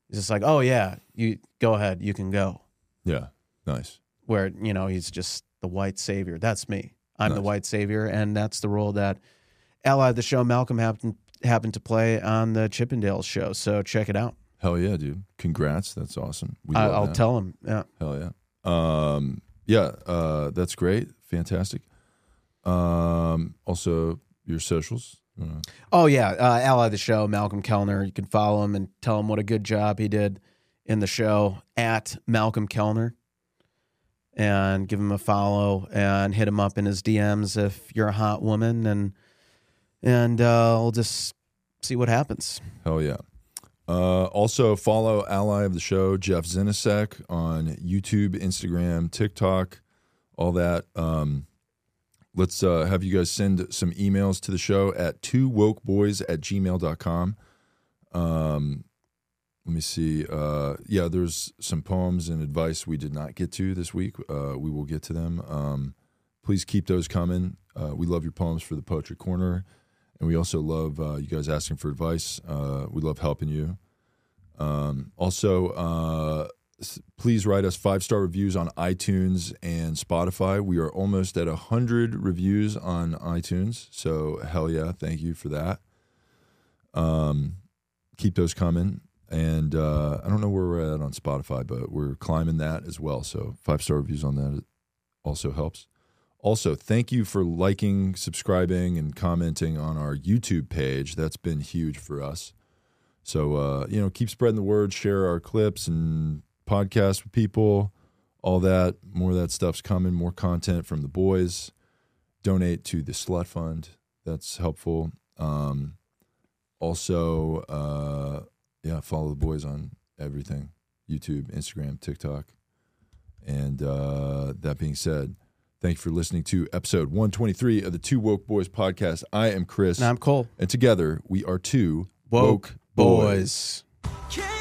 B: he's just like, oh yeah, you go ahead, you can go.
C: Yeah. Nice.
B: Where you know he's just the white savior. That's me. I'm the
C: Nice.
B: white savior, and that's the role that ally of the show Malcolm happened happened to play on the Chippendales show. So check it out.
C: Hell yeah, dude. Congrats. That's awesome. We
B: I,
C: love
B: I'll
C: that.
B: tell him. Yeah.
C: Hell yeah. Um. Yeah. Uh. That's great. Fantastic. Um. Also, your socials. You wanna-
B: Oh yeah, uh, ally of the show Malcolm Kellner. You can follow him and tell him what a good job he did in the show at Malcolm Kellner, and give him a follow and hit him up in his DMs if you're a hot woman and and uh, we'll just see what happens.
C: Hell yeah. Uh, also, follow ally of the show, Jeff Zinasek, on YouTube, Instagram, TikTok, all that. Um, let's uh, have you guys send some emails to the show at two woke boys at gmail.com. Um, let me see. Uh, yeah, there's some poems and advice we did not get to this week. Uh, we will get to them. Um, please keep those coming. Uh, we love your poems for the Poetry Corner. And we also love uh, you guys asking for advice. Uh, we love helping you. Um, also, uh, s- please write us five star reviews on iTunes and Spotify. We are almost at 100 reviews on iTunes. So, hell yeah, thank you for that. Um, keep those coming. And uh, I don't know where we're at on Spotify, but we're climbing that as well. So, five star reviews on that also helps. Also, thank you for liking, subscribing, and commenting on our YouTube page. That's been huge for us. So, uh, you know, keep spreading the word, share our clips and podcasts with people, all that. More of that stuff's coming, more content from the boys. Donate to the Slut Fund. That's helpful. Um, also, uh, yeah, follow the boys on everything YouTube, Instagram, TikTok. And uh, that being said, Thank you for listening to episode 123 of the Two Woke Boys podcast. I am Chris.
B: And I'm Cole.
C: and together we are two
B: Woke, boys.
A: King